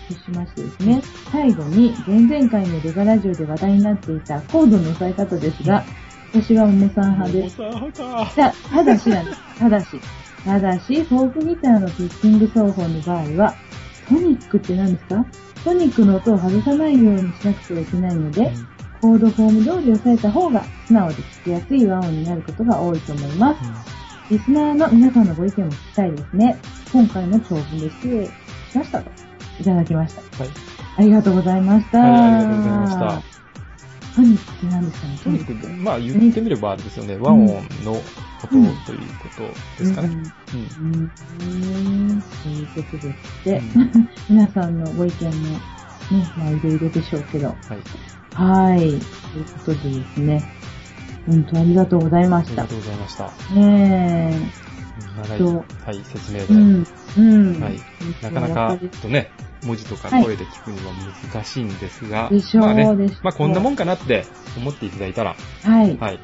Speaker 2: そうしましてですね、最後に前々回のルガラジオで話題になっていたコードの抑え方ですが、私は重さん派です。
Speaker 1: さんか。
Speaker 2: た、ただしなんです。ただし。ただし、フォークギターのピッキング奏法の場合は、トニックって何ですかトニックの音を外さないようにしなくてはいけないので、コードフォーム通り押さえた方が素直で聴きやすい和音になることが多いと思います。リスナーの皆さんのご意見も聞きたいですね。今回も長文で失礼しましたと。いただきました。
Speaker 1: はい。
Speaker 2: ありがとうございました。
Speaker 1: はいありがとうございました。
Speaker 2: トニックって何ですかね
Speaker 1: とにかく、まあ言ってみればあれですよね、和音のことということですかね。うん。
Speaker 2: うん。うん。ということでして、
Speaker 1: うん
Speaker 2: 皆さんのご意見も、ね、まあいろいろでしょうけど。
Speaker 1: はい。
Speaker 2: はい。ということでですね。本当ありがとうございま
Speaker 1: あり
Speaker 2: し
Speaker 1: が
Speaker 2: た
Speaker 1: と。うございました。
Speaker 2: ね
Speaker 1: 長い、
Speaker 2: そう
Speaker 1: はい、説明
Speaker 2: え。う
Speaker 1: で。
Speaker 2: ん。うん。
Speaker 1: はい。なかな
Speaker 2: や
Speaker 1: か
Speaker 2: っぱり、
Speaker 1: ちょっとね、文字とか
Speaker 2: はい
Speaker 1: 声で聞くには難しいんですが、
Speaker 2: でしょう
Speaker 1: まあ
Speaker 2: で
Speaker 1: ね
Speaker 2: しょう、
Speaker 1: まあこんなもんかなって思っていただいたら、
Speaker 2: はい。
Speaker 1: はい。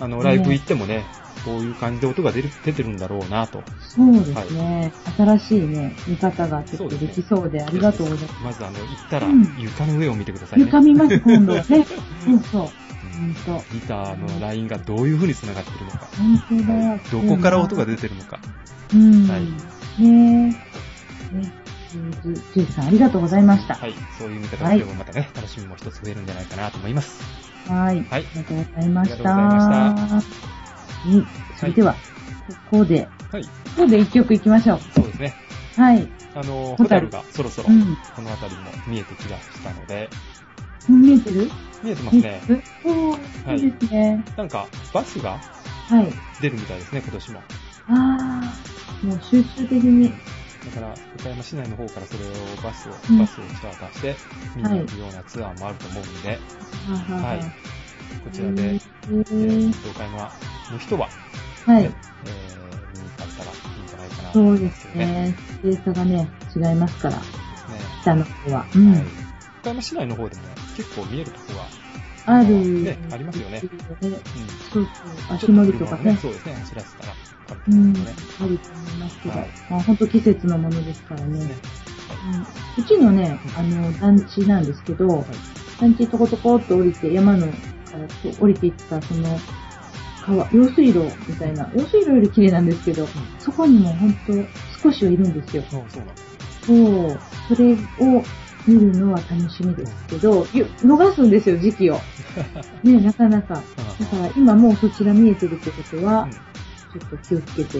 Speaker 1: あの、
Speaker 2: ね
Speaker 1: ライブ行ってもね、こういう感じで音が出る出てるんだろうなと。
Speaker 2: そうですね。新しいね、見方がちょっとできそうで、ありがとうございます。
Speaker 1: まずあの、行ったら
Speaker 2: うん
Speaker 1: 床の上を見てくださいね。
Speaker 2: 床見ます、今度はね。そうそう。
Speaker 1: うん
Speaker 2: 本
Speaker 1: ギターのラインがどういう風に繋がってるのか。
Speaker 2: 当。本当だ。
Speaker 1: どこから音が出てるのか。
Speaker 2: うん。
Speaker 1: はい
Speaker 2: ねえ。ねえ。ジュースさん、ありがとうございました。
Speaker 1: はい。そういう見方をすればまたね、楽しみも一つ増えるんじゃないかなと思います。
Speaker 2: は
Speaker 1: は
Speaker 2: い。
Speaker 1: い
Speaker 2: ありがとうございました。
Speaker 1: ありがとうござい
Speaker 2: はい。それでは、ここで、
Speaker 1: はい。
Speaker 2: ここで一曲いきましょ
Speaker 1: そうですね。
Speaker 2: う。はい。
Speaker 1: あの、
Speaker 2: ホ
Speaker 1: ホ
Speaker 2: タ
Speaker 1: タ
Speaker 2: ル
Speaker 1: ルがそろそろ
Speaker 2: うん、
Speaker 1: この辺りも見えてきだしたので、
Speaker 2: 見えてる
Speaker 1: 見えてます
Speaker 2: 見
Speaker 1: ね
Speaker 2: え。てるおー、
Speaker 1: はい
Speaker 2: いいですね。
Speaker 1: なんか、バスが
Speaker 2: はい。
Speaker 1: 出るみたいですね、今年も。
Speaker 2: あー、もう集中的に。
Speaker 1: だから、岡山市内の方からそれをバスを
Speaker 2: うん、
Speaker 1: バスをチャーターして、見に行くようなツアーもあると思うんで、
Speaker 2: は
Speaker 1: はい。こちらで、え
Speaker 2: うん
Speaker 1: ー、東海村の人は、
Speaker 2: は
Speaker 1: ね
Speaker 2: い。
Speaker 1: えー見に行かれたらいいんじゃないかなと
Speaker 2: そ
Speaker 1: 思
Speaker 2: う
Speaker 1: い
Speaker 2: で
Speaker 1: ます
Speaker 2: す
Speaker 1: けどね。
Speaker 2: ね。スペースがね、違いますから、
Speaker 1: そうで
Speaker 2: 北の方は。う
Speaker 1: すねはい
Speaker 2: ん。
Speaker 1: 岡山市内の方でも結構見えるところは、
Speaker 2: ある。
Speaker 1: ねありますよねうん
Speaker 2: そうそう。足
Speaker 1: ちょっ
Speaker 2: 乗りと
Speaker 1: 車
Speaker 2: か
Speaker 1: を
Speaker 2: ね。
Speaker 1: そうですね、走らせたら、あると
Speaker 2: う
Speaker 1: 思うん
Speaker 2: ん。
Speaker 1: でね。
Speaker 2: あると思いますけど。
Speaker 1: はい
Speaker 2: まあ本当季節のものですから
Speaker 1: ですね
Speaker 2: ね。うんうちのね、あの、団地なんですけど、団地とことこっと降りて、山のからこう降りていった、その、川、用水路みたいな、用水路より綺麗なんですけど、そこにも本当少しはいるんですよ。
Speaker 1: はい。そうそうなんです。
Speaker 2: そう、それを見るのは楽しみですけど、ゆ逃すんですよ、時 期を。ね、なかなか。だから今もうそちら見えてるってことは
Speaker 1: うん、
Speaker 2: ちょっと気をつけて。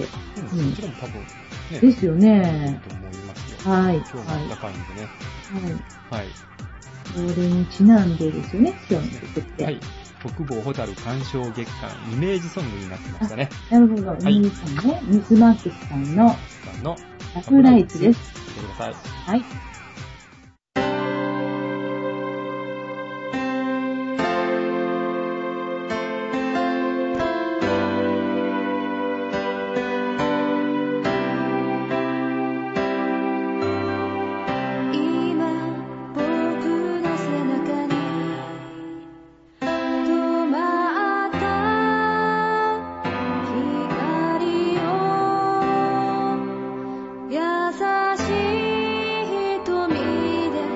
Speaker 1: うん
Speaker 2: うん
Speaker 1: そっちらも多分、ね、
Speaker 2: ですよね。
Speaker 1: と思いますよ。
Speaker 2: はい。はい。
Speaker 1: 今日も暖かいんでね。
Speaker 2: はい。
Speaker 1: はい。
Speaker 2: それにちなんでですよね、今日の曲って。
Speaker 1: はい。北坊ホタル鑑賞月間イメージソングになってました ね。
Speaker 2: なるほど。
Speaker 1: い
Speaker 2: ミニさんね、ミスマックスさんの
Speaker 1: さんの
Speaker 2: ラブライツです。。
Speaker 1: 聞いてください。
Speaker 2: はい。
Speaker 3: 「今僕の背中に止まった光を優しい瞳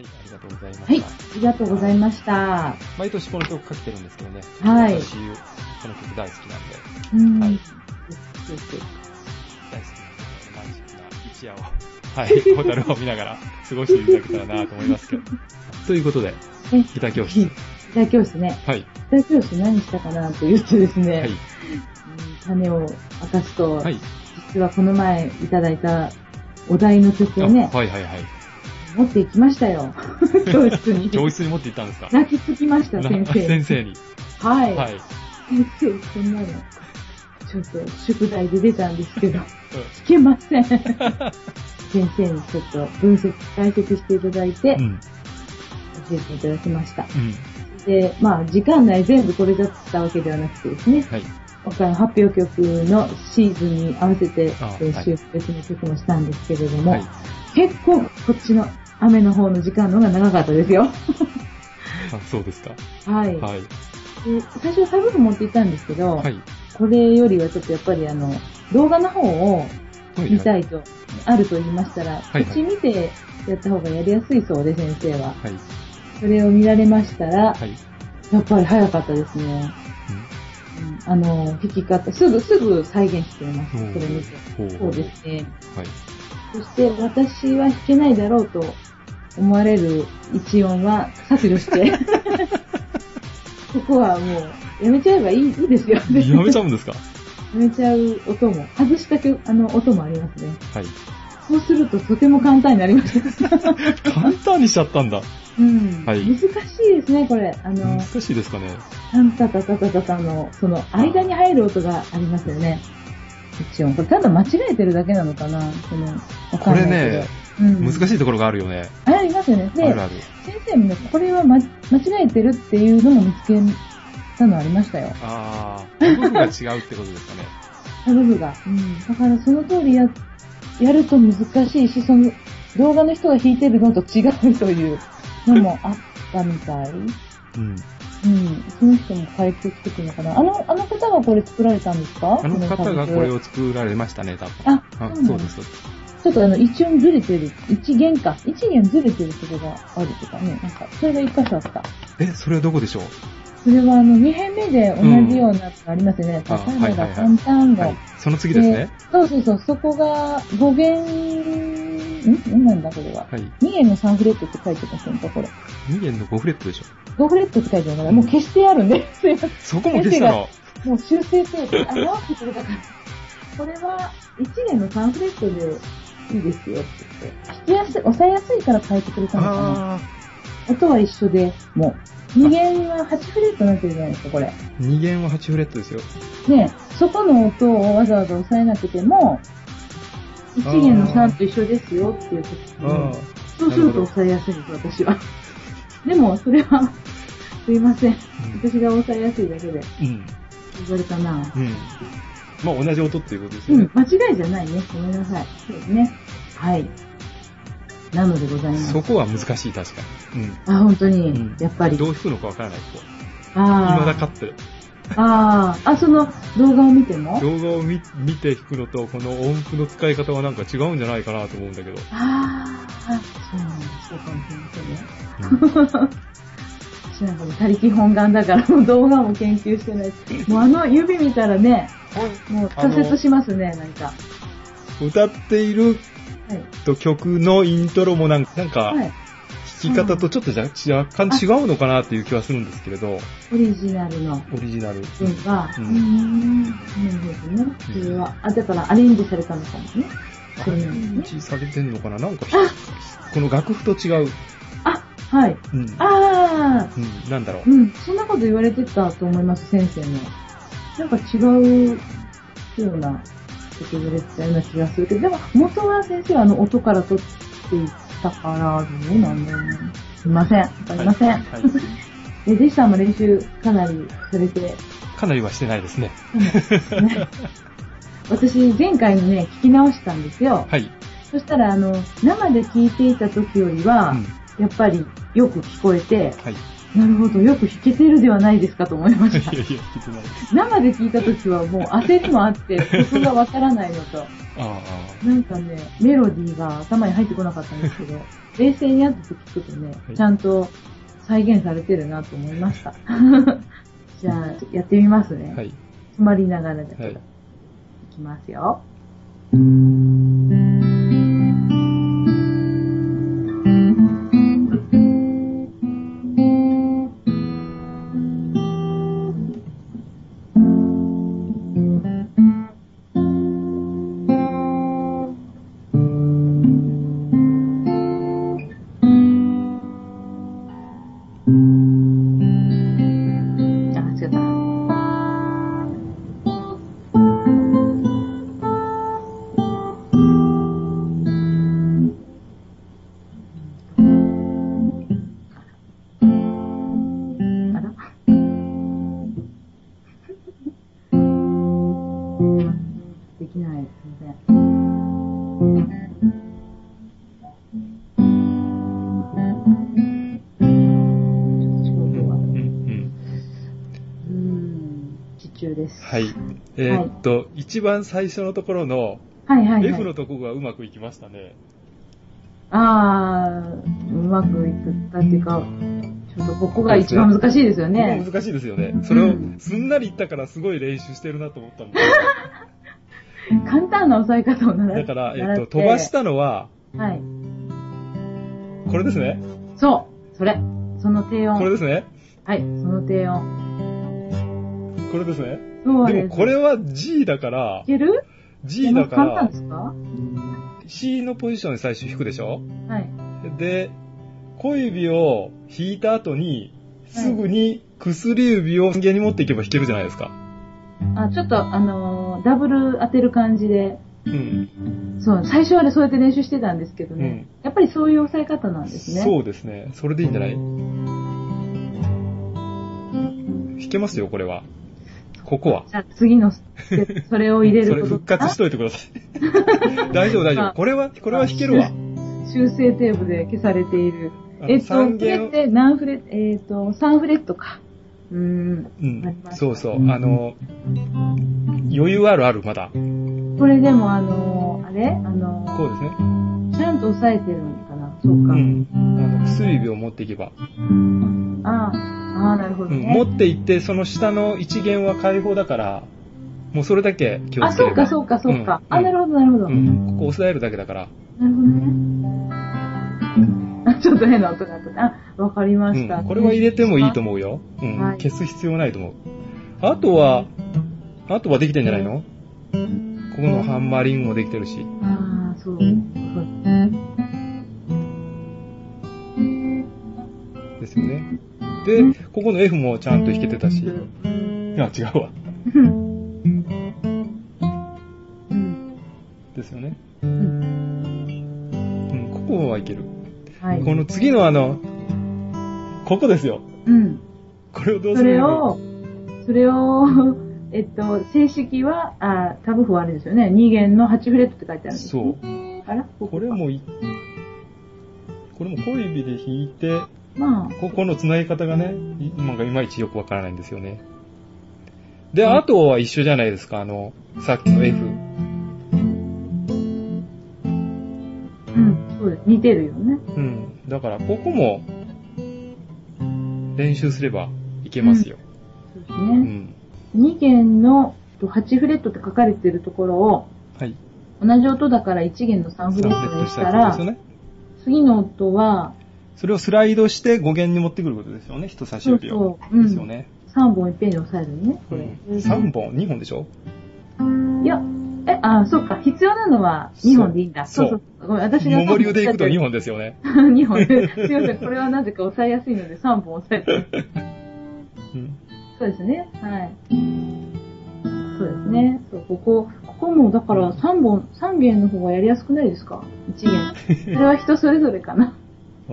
Speaker 1: りがとうございました。
Speaker 2: はい、ありがとうございました。
Speaker 1: 毎年この曲かけてるんですけどね。
Speaker 2: はい
Speaker 1: 私、この曲大好きなんで、
Speaker 2: うん。
Speaker 1: はい大好きなんで、ロマンチックな一 夜を、はい、ホタルを見ながら過ごしていただけたらなと思いますけど。 ということで、
Speaker 2: え、
Speaker 1: ギター教室。
Speaker 2: ギター教室ね。
Speaker 1: はい、
Speaker 2: ギター教室何したかなと言ってですね、
Speaker 1: はい
Speaker 2: うん、種を明かすと、
Speaker 1: はい。
Speaker 2: 実はこの前いただいたお題の曲をね
Speaker 1: あ、はいはいはい。
Speaker 2: 持っていきまし たよ。教室に。
Speaker 1: 教室に持って行ったんですか
Speaker 2: 泣きつきました、先生。
Speaker 1: 先生に。
Speaker 2: はい。
Speaker 1: はい。うん
Speaker 2: 先生、そんなの、ちょっと宿題で出たんですけど、 聞け ません。先生にちょっと分析、解説していただいて
Speaker 1: う、ん。
Speaker 2: 教えていただきました。
Speaker 1: うん。
Speaker 2: で、まあ、時間内全部これだったわけではなくてですね、
Speaker 1: はい。
Speaker 2: 他の発表曲のシーズンに合わせて
Speaker 1: あ、
Speaker 2: 練
Speaker 1: はい
Speaker 2: 習別の曲もしたんですけれども、
Speaker 1: はい。
Speaker 2: 結構こっちの雨の方の時間の方が長かっ たですよ。
Speaker 1: あ、そうですか。
Speaker 2: はい。
Speaker 1: はい。
Speaker 2: で最初はサブフ持っていったんですけど、
Speaker 1: はい。
Speaker 2: これよりはちょっとやっぱりあの、動画の方を見た
Speaker 1: はい
Speaker 2: と、あると言いましたら、
Speaker 1: はいはいう
Speaker 2: ち見てやった方がやりやすいそうで、先生は。
Speaker 1: い。
Speaker 2: それを見られました
Speaker 1: は
Speaker 2: ら、
Speaker 1: い。
Speaker 2: やっぱり早かったですね。うんあの、弾き方、すぐ、すぐ再現してくれます。
Speaker 1: う
Speaker 2: そ
Speaker 1: ん
Speaker 2: れ見て。
Speaker 1: ほう
Speaker 2: そうですね。
Speaker 1: はい。
Speaker 2: そして、私は弾けないだろうと思われる一音は削 除して、ここはもう、やめちゃえばいいいいですよ。
Speaker 1: やめちゃうんですか
Speaker 2: やめちゃう音も、外した曲あの音もありますね。
Speaker 1: はい。
Speaker 2: そうするととても簡単になりました。
Speaker 1: 簡単にしちゃったんだ。
Speaker 2: うん、
Speaker 1: はい
Speaker 2: 難しいですね、これ。あの
Speaker 1: 難、しいですかね。
Speaker 2: タンタタタタタタの、その間に入る音がありますよね。一応。これただ間違えてるだけなのかなその、わか
Speaker 1: こ
Speaker 2: んな
Speaker 1: れ
Speaker 2: いけど。
Speaker 1: ね、
Speaker 2: うん、
Speaker 1: 難しいところがあるよね。
Speaker 2: あれありますよね。
Speaker 1: あ
Speaker 2: で、
Speaker 1: るある。
Speaker 2: 先生もね、これは、ま、間違えてるっていうのも見つけたのありましたよ。
Speaker 1: あー、部分が違うってことですかね。
Speaker 2: タブが。うん。だからその通りや、やると難しいし、その、動画の人が弾いてるのと違うというのもあったみたい。う
Speaker 1: う
Speaker 2: ん。
Speaker 1: ん。
Speaker 2: その人も解説してくるのかな。あの、あの方がこれ作られたんですか
Speaker 1: あの方がこれ。を作られましたね、多分。
Speaker 2: あ
Speaker 1: あ、
Speaker 2: そ
Speaker 1: そうう
Speaker 2: で。
Speaker 1: ですす、そうです。
Speaker 2: ちょっとあの、一音ずれてる、一弦か。一弦ずれてるとこがあるとかね。なんか、それが一箇所あった。
Speaker 1: え、それはどこでしょう
Speaker 2: それはあの、二編目で同じようなのがありますよね。
Speaker 1: うんあ
Speaker 2: タン
Speaker 1: は
Speaker 2: が
Speaker 1: いはいはい
Speaker 2: タンタンが
Speaker 1: はい。その次ですね。
Speaker 2: そうそうそう、そこが語源、んんなんだこれは。
Speaker 1: はい。
Speaker 2: 2円の3フレットって書いてませんかこれ。
Speaker 1: 2弦の5フレットでしょ。
Speaker 2: 5フレットって書いてあるから、もう消してあるんで、 すいませ
Speaker 1: そこも消したの。
Speaker 2: ん。もう修正テープ、あ、直してくれたから。これは、1円の3フレットでいいですよって言って。弾きやすい、抑えやすいから変えてくれたのかな。
Speaker 1: あ
Speaker 2: 音は一緒で、もう。2弦は8フレットになってるじゃないですか、これ。
Speaker 1: ー、2弦は8フレットですよ。
Speaker 2: ね、そこの音をわざわざ抑えなくても、1弦の3と一緒ですよっていうこと
Speaker 1: あ
Speaker 2: そうすると抑えやすいです、私は。 でも、それは、すいません。私が抑えやすいだけで
Speaker 1: ー。うん。
Speaker 2: 言われたな。
Speaker 1: うん。まあ同じ音っていうことです
Speaker 2: う
Speaker 1: よね
Speaker 2: ん、。間違いじゃないね。ごめんなさい。そうですね。はい。なのでございます
Speaker 1: そ。こは難しい、確かに。うん。
Speaker 2: あ、本当に、
Speaker 1: うん
Speaker 2: やっぱり。
Speaker 1: どう弾くのかわからない、ここ。
Speaker 2: あ
Speaker 1: 未だ
Speaker 2: ー
Speaker 1: かって。
Speaker 2: あー、あ、その動画を見ても
Speaker 1: 動画を見見て弾くのと、この音符の使い方はなんか違うんじゃないかなと思うんだけど。
Speaker 2: ああ、そうなんです。そうかもしれませ
Speaker 1: うん
Speaker 2: んね。私なんかもう他力本願だから、もう動画も研究してないし。もうあの指見たらね、もう挫折しますね、なんか。は
Speaker 1: 歌っている
Speaker 2: い。
Speaker 1: と曲のイントロもなんか、なんか
Speaker 2: はい。
Speaker 1: 弾き方とちょっとじゃ若干違うのかなっていう気はするんですけれど、
Speaker 2: オリジナルの
Speaker 1: オリジナル。
Speaker 2: 文が、う、
Speaker 1: うんん
Speaker 2: うん、なるほどね。それは、あ、だからアレンジされたのかもね。そ
Speaker 1: ア
Speaker 2: う
Speaker 1: レ
Speaker 2: なの
Speaker 1: ン
Speaker 2: ね。
Speaker 1: ジされてんのかななんかひ、この楽譜と違う。
Speaker 2: あ、はい。
Speaker 1: うん。
Speaker 2: あ
Speaker 1: うん、なんだろ
Speaker 2: ー、うん、そんなこと言われてたと思います、先生も。なんか違うようなこと言われてたような気がするけど、でも元は先生はあの音から取っていったから、どうなんだろうね。すいません。わか
Speaker 1: う。
Speaker 2: りません。
Speaker 1: はいはい
Speaker 2: え、弟子さんも練習かなり されて
Speaker 1: かなりはしてないですね。
Speaker 2: 私、前回のね、聞き直したんですよ。
Speaker 1: はい。
Speaker 2: そしたら、あの、生で聞いていた時よりは、
Speaker 1: うん
Speaker 2: やっぱりよく聞こえて、
Speaker 1: はい。
Speaker 2: なるほど。よく弾けてるではないですかと思いま
Speaker 1: いやい
Speaker 2: した。
Speaker 1: や、弾けてないです。
Speaker 2: 生で聞いたときはもう焦りもあ って、曲がわからないのと、
Speaker 1: あ
Speaker 2: なんかね、メロディーが頭に入ってこなかったんですけ ど、冷静に後で聞くとね、
Speaker 1: はい
Speaker 2: ちゃんと再現されてるなと思い ました。じゃあ、やってみますね。
Speaker 1: あ、はい。
Speaker 2: 止まりながらだけど。
Speaker 1: はい
Speaker 2: い、きますよ。あ、違った。あらできない、すみません。
Speaker 1: うんう
Speaker 2: ちょっと調度は
Speaker 1: ん。
Speaker 2: うーん、受注です。
Speaker 1: はい。えーっと、一番最初のところの
Speaker 2: はいはい、はい。
Speaker 1: F のとこがうまくいきましたね。
Speaker 2: あー、うまくいくったっていうか、ちょっとここが一番難しいですよね。
Speaker 1: 難しいですよね。それを
Speaker 2: うん
Speaker 1: すんなり言ったからすごい練習してるなと思ったんで。
Speaker 2: 簡単な押さえ方を習
Speaker 1: だ
Speaker 2: っ
Speaker 1: から、え
Speaker 2: 習
Speaker 1: ーっと、飛ばしたのは、
Speaker 2: はい。
Speaker 1: これですね。
Speaker 2: そう、それ。その低
Speaker 1: これ
Speaker 2: 音。
Speaker 1: ですね。
Speaker 2: はい、その低音。
Speaker 1: これですね。
Speaker 2: そう
Speaker 1: で
Speaker 2: で
Speaker 1: も
Speaker 2: す。
Speaker 1: これは G だか
Speaker 2: い
Speaker 1: ら、
Speaker 2: ける
Speaker 1: G だか
Speaker 2: 簡単
Speaker 1: ら
Speaker 2: で、すかは
Speaker 1: C のポジションで最初弾くでしょ
Speaker 2: い。
Speaker 1: で、小指を弾いた後に、すぐに薬指を弦に持っていけば弾けるじゃないですか。
Speaker 2: あ、ちょっと、あのーダブル当てる感じで、
Speaker 1: うん。
Speaker 2: そう、最初はね、そうやって練習してたんですけど
Speaker 1: うん
Speaker 2: ね、やっぱりそういう押さえ方なんですね。
Speaker 1: そうですね。それでいいんじゃない弾けますよ、これは。ここは。
Speaker 2: じゃあ次のステップ、それを入れ
Speaker 1: そ
Speaker 2: る
Speaker 1: れ
Speaker 2: こと
Speaker 1: 復活しといてくださ い。大丈夫、大丈夫。これは、これは弾けるわ。
Speaker 2: 修正テープで消されている。
Speaker 1: あの
Speaker 2: えっと、
Speaker 1: 三
Speaker 2: フレっ
Speaker 1: 弦、
Speaker 2: て何フレット、えっと、3フレットか。うーん。
Speaker 1: うん。そうそう。あの、余裕あるある、まだ。
Speaker 2: これでもあのー、あれあの
Speaker 1: こう
Speaker 2: ー、
Speaker 1: ですね。
Speaker 2: ちゃんと押さえてるのかなそう
Speaker 1: う
Speaker 2: か。
Speaker 1: ん。あの、薬指を持っていけば。
Speaker 2: ああ、ああ、なるほ
Speaker 1: う
Speaker 2: ど
Speaker 1: ん、
Speaker 2: ね。
Speaker 1: 持っていって、その下の一弦は開放だから、もうそれだけ気を
Speaker 2: あ、
Speaker 1: つけ
Speaker 2: そ
Speaker 1: れ
Speaker 2: う
Speaker 1: ば。
Speaker 2: か、そうか、そうか。
Speaker 1: うん
Speaker 2: あ、なるほど、なるほど。
Speaker 1: う
Speaker 2: なる
Speaker 1: ん、ここ押さえるだけだから。
Speaker 2: ほどね。あ、 ちょっと変な音があった。あ、わかりま
Speaker 1: う
Speaker 2: した。
Speaker 1: ん、これは入れてもいいと
Speaker 2: 思
Speaker 1: 思うよ。うん、
Speaker 2: はい
Speaker 1: 消す必要ないと思う。あとは、あとはできてんじゃないのここのハンマリングもできてるし。
Speaker 2: う。ああ、そう。そう
Speaker 1: ですよね。で、ここの F もちゃんと弾けてたし。あ、違うわ。
Speaker 2: うん。うん。
Speaker 1: ですよね。
Speaker 2: うん
Speaker 1: うん、ここはいける。
Speaker 2: はい。
Speaker 1: この次のあの、ここですよ。
Speaker 2: うん。
Speaker 1: これをどう
Speaker 2: そ
Speaker 1: する
Speaker 2: れ
Speaker 1: の
Speaker 2: を、それを、 えっと、正式は、あタブ譜はあれですよね。2弦の8フレットって書いてあるんです
Speaker 1: そう。。
Speaker 2: あらこ
Speaker 1: これ。もい、これも小指で弾いて、
Speaker 2: まあ、
Speaker 1: ここの繋ぎ方がね、いなんかいまいちよくわからないんですよね。で、あとは一緒じゃないですか、あの、さっきの F。
Speaker 2: うん、そうです。似てるよね。
Speaker 1: うん。だから、ここも、練習すればいけますよ。
Speaker 2: そうで
Speaker 1: うん。
Speaker 2: すね。2弦のえっと8フレットって書かれてるところを、
Speaker 1: はい。
Speaker 2: 同じ音だから1弦の3フレットにした
Speaker 1: ら
Speaker 2: ら
Speaker 1: です、よね。
Speaker 2: 次の音は、
Speaker 1: それをスライドして5弦に持ってくることですよね、人差し
Speaker 2: そう
Speaker 1: 指を。
Speaker 2: そう、う
Speaker 1: ですよ
Speaker 2: ん、
Speaker 1: ね。
Speaker 2: 3本いっぺんに押さえるのね、
Speaker 1: う
Speaker 2: これ。
Speaker 1: ん。3本、2本でしょ
Speaker 2: いや、え、あ、そうか、必要なのは2本でいいんだ。
Speaker 1: そ
Speaker 2: そううそうごめん、私が。
Speaker 1: 桃流でいくと2本ですよね。
Speaker 2: 本。2本。すいません、これはなぜか抑えやすいので3本抑えてる。
Speaker 1: うん。
Speaker 2: そうですね、はい。そうですね。そう、ここ、ここもだから3本、3弦の方がやりやすくないですか ?1 弦。これは人それぞれかな。
Speaker 1: あ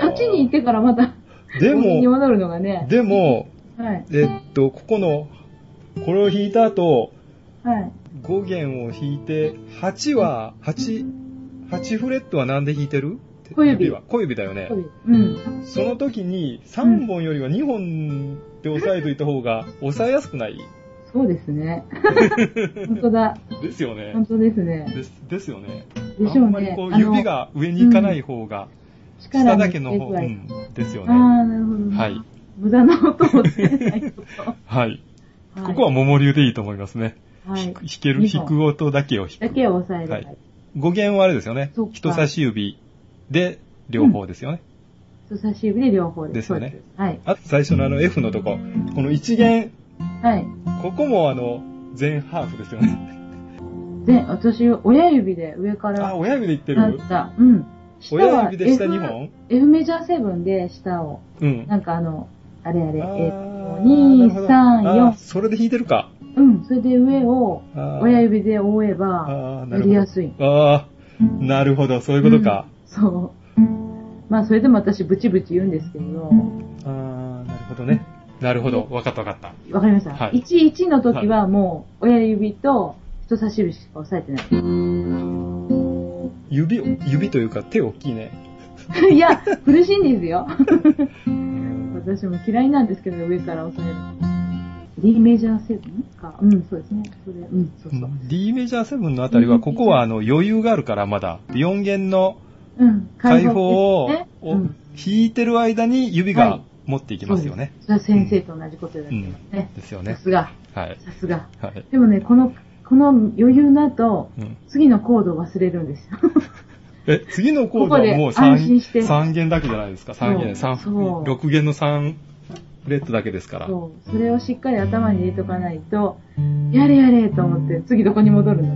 Speaker 1: ー
Speaker 2: 8人いてからまた、
Speaker 1: で
Speaker 2: 五人に
Speaker 1: も、
Speaker 2: 戻るのがね。
Speaker 1: でも、
Speaker 2: はい。
Speaker 1: えっと、ここの、これを弾いた後、
Speaker 2: はい。
Speaker 1: 5弦を弾いて、8は、8、8フレットは何で弾いてる手
Speaker 2: 小指
Speaker 1: は。小指だよね。
Speaker 2: うん。
Speaker 1: その時に3本よりは2本で押さえといた方が押さえやすくない
Speaker 2: そうですね。本当だ。
Speaker 1: ですよね。
Speaker 2: 本当ですね。
Speaker 1: ですですよね。
Speaker 2: でし
Speaker 1: あ
Speaker 2: ょうん
Speaker 1: まり
Speaker 2: ね
Speaker 1: こ。う
Speaker 2: あの
Speaker 1: 指が上に行かない方が、下だけの方、う
Speaker 2: 力入れ
Speaker 1: ん、ですよ
Speaker 2: 具合あ
Speaker 1: ね。
Speaker 2: あ、なるほどね。
Speaker 1: はい。
Speaker 2: 無駄な音をつけない こと。
Speaker 1: はい。
Speaker 2: い
Speaker 1: ここは、桃流でいいと思いますね。
Speaker 2: はい。
Speaker 1: 弾ける、弾く音だけを弾
Speaker 2: だけ
Speaker 1: く。
Speaker 2: を押さえる。
Speaker 1: はい語源はあれですよね
Speaker 2: そっ。か
Speaker 1: 人差し指で両方ですよね。
Speaker 2: 人差し指で両方です。
Speaker 1: ですよね
Speaker 2: そうはい。
Speaker 1: あと最初のあの F のとこ、この一弦、
Speaker 2: はい。
Speaker 1: ここもあの、全ハーフですよね。
Speaker 2: で、私、親指で上から、
Speaker 1: あ、親指で言って
Speaker 2: なっ
Speaker 1: る
Speaker 2: た。うん。下は
Speaker 1: 親指で下
Speaker 2: F-
Speaker 1: 2本
Speaker 2: F メジャー7で下を、
Speaker 1: うん。
Speaker 2: なんかあの、あれあれ、え
Speaker 1: あー
Speaker 2: っと、2、3、
Speaker 1: あー
Speaker 2: 4。
Speaker 1: それで弾いてるか。
Speaker 2: うん、それで上を
Speaker 1: あー
Speaker 2: 親指で覆えば、
Speaker 1: あーな
Speaker 2: や
Speaker 1: るほ
Speaker 2: り
Speaker 1: ど
Speaker 2: や。すい。
Speaker 1: あーなるほど。そういうことか。
Speaker 2: そう。まあ、それでも私、ブチブチ言うんですけど、
Speaker 1: あーなるほどね。なるほど。わかったわかった。
Speaker 2: わかりました。
Speaker 1: はい
Speaker 2: 1、1の時はもう、親指と人差し指しか押さえてない。
Speaker 1: 指を、指というか手大きいね。
Speaker 2: いや、苦しいんですよ。
Speaker 1: うん
Speaker 2: 私も嫌いなんですけど、上から押さえる。D メジャー7か。うん、そうですね。それ、うん、そうそう。
Speaker 1: D メジャー7のあたりは、ここはあの余裕があるからまだ、4弦の
Speaker 2: うん、
Speaker 1: 解放
Speaker 2: 放
Speaker 1: を
Speaker 2: ですねう
Speaker 1: を弾
Speaker 2: ん、
Speaker 1: いてる間に指
Speaker 2: は
Speaker 1: が
Speaker 2: い
Speaker 1: 持っていきますよね。
Speaker 2: それは先生と同じことだけどね。
Speaker 1: ですよ
Speaker 2: さ
Speaker 1: ね。
Speaker 2: すが、
Speaker 1: はい。
Speaker 2: さすが。
Speaker 1: はい。
Speaker 2: でもね、この、この余裕の後、
Speaker 1: うん
Speaker 2: 次のコードを忘れるんですよ。
Speaker 1: え、次のコードはもう
Speaker 2: ここで安心して
Speaker 1: 3、三弦だけじゃないですか。3
Speaker 2: そう
Speaker 1: 弦、三
Speaker 2: そう
Speaker 1: 6弦の3フレットだけですから。
Speaker 2: そう。それをしっかり頭に入れとかないと、やれやれと思って、次どこに戻るの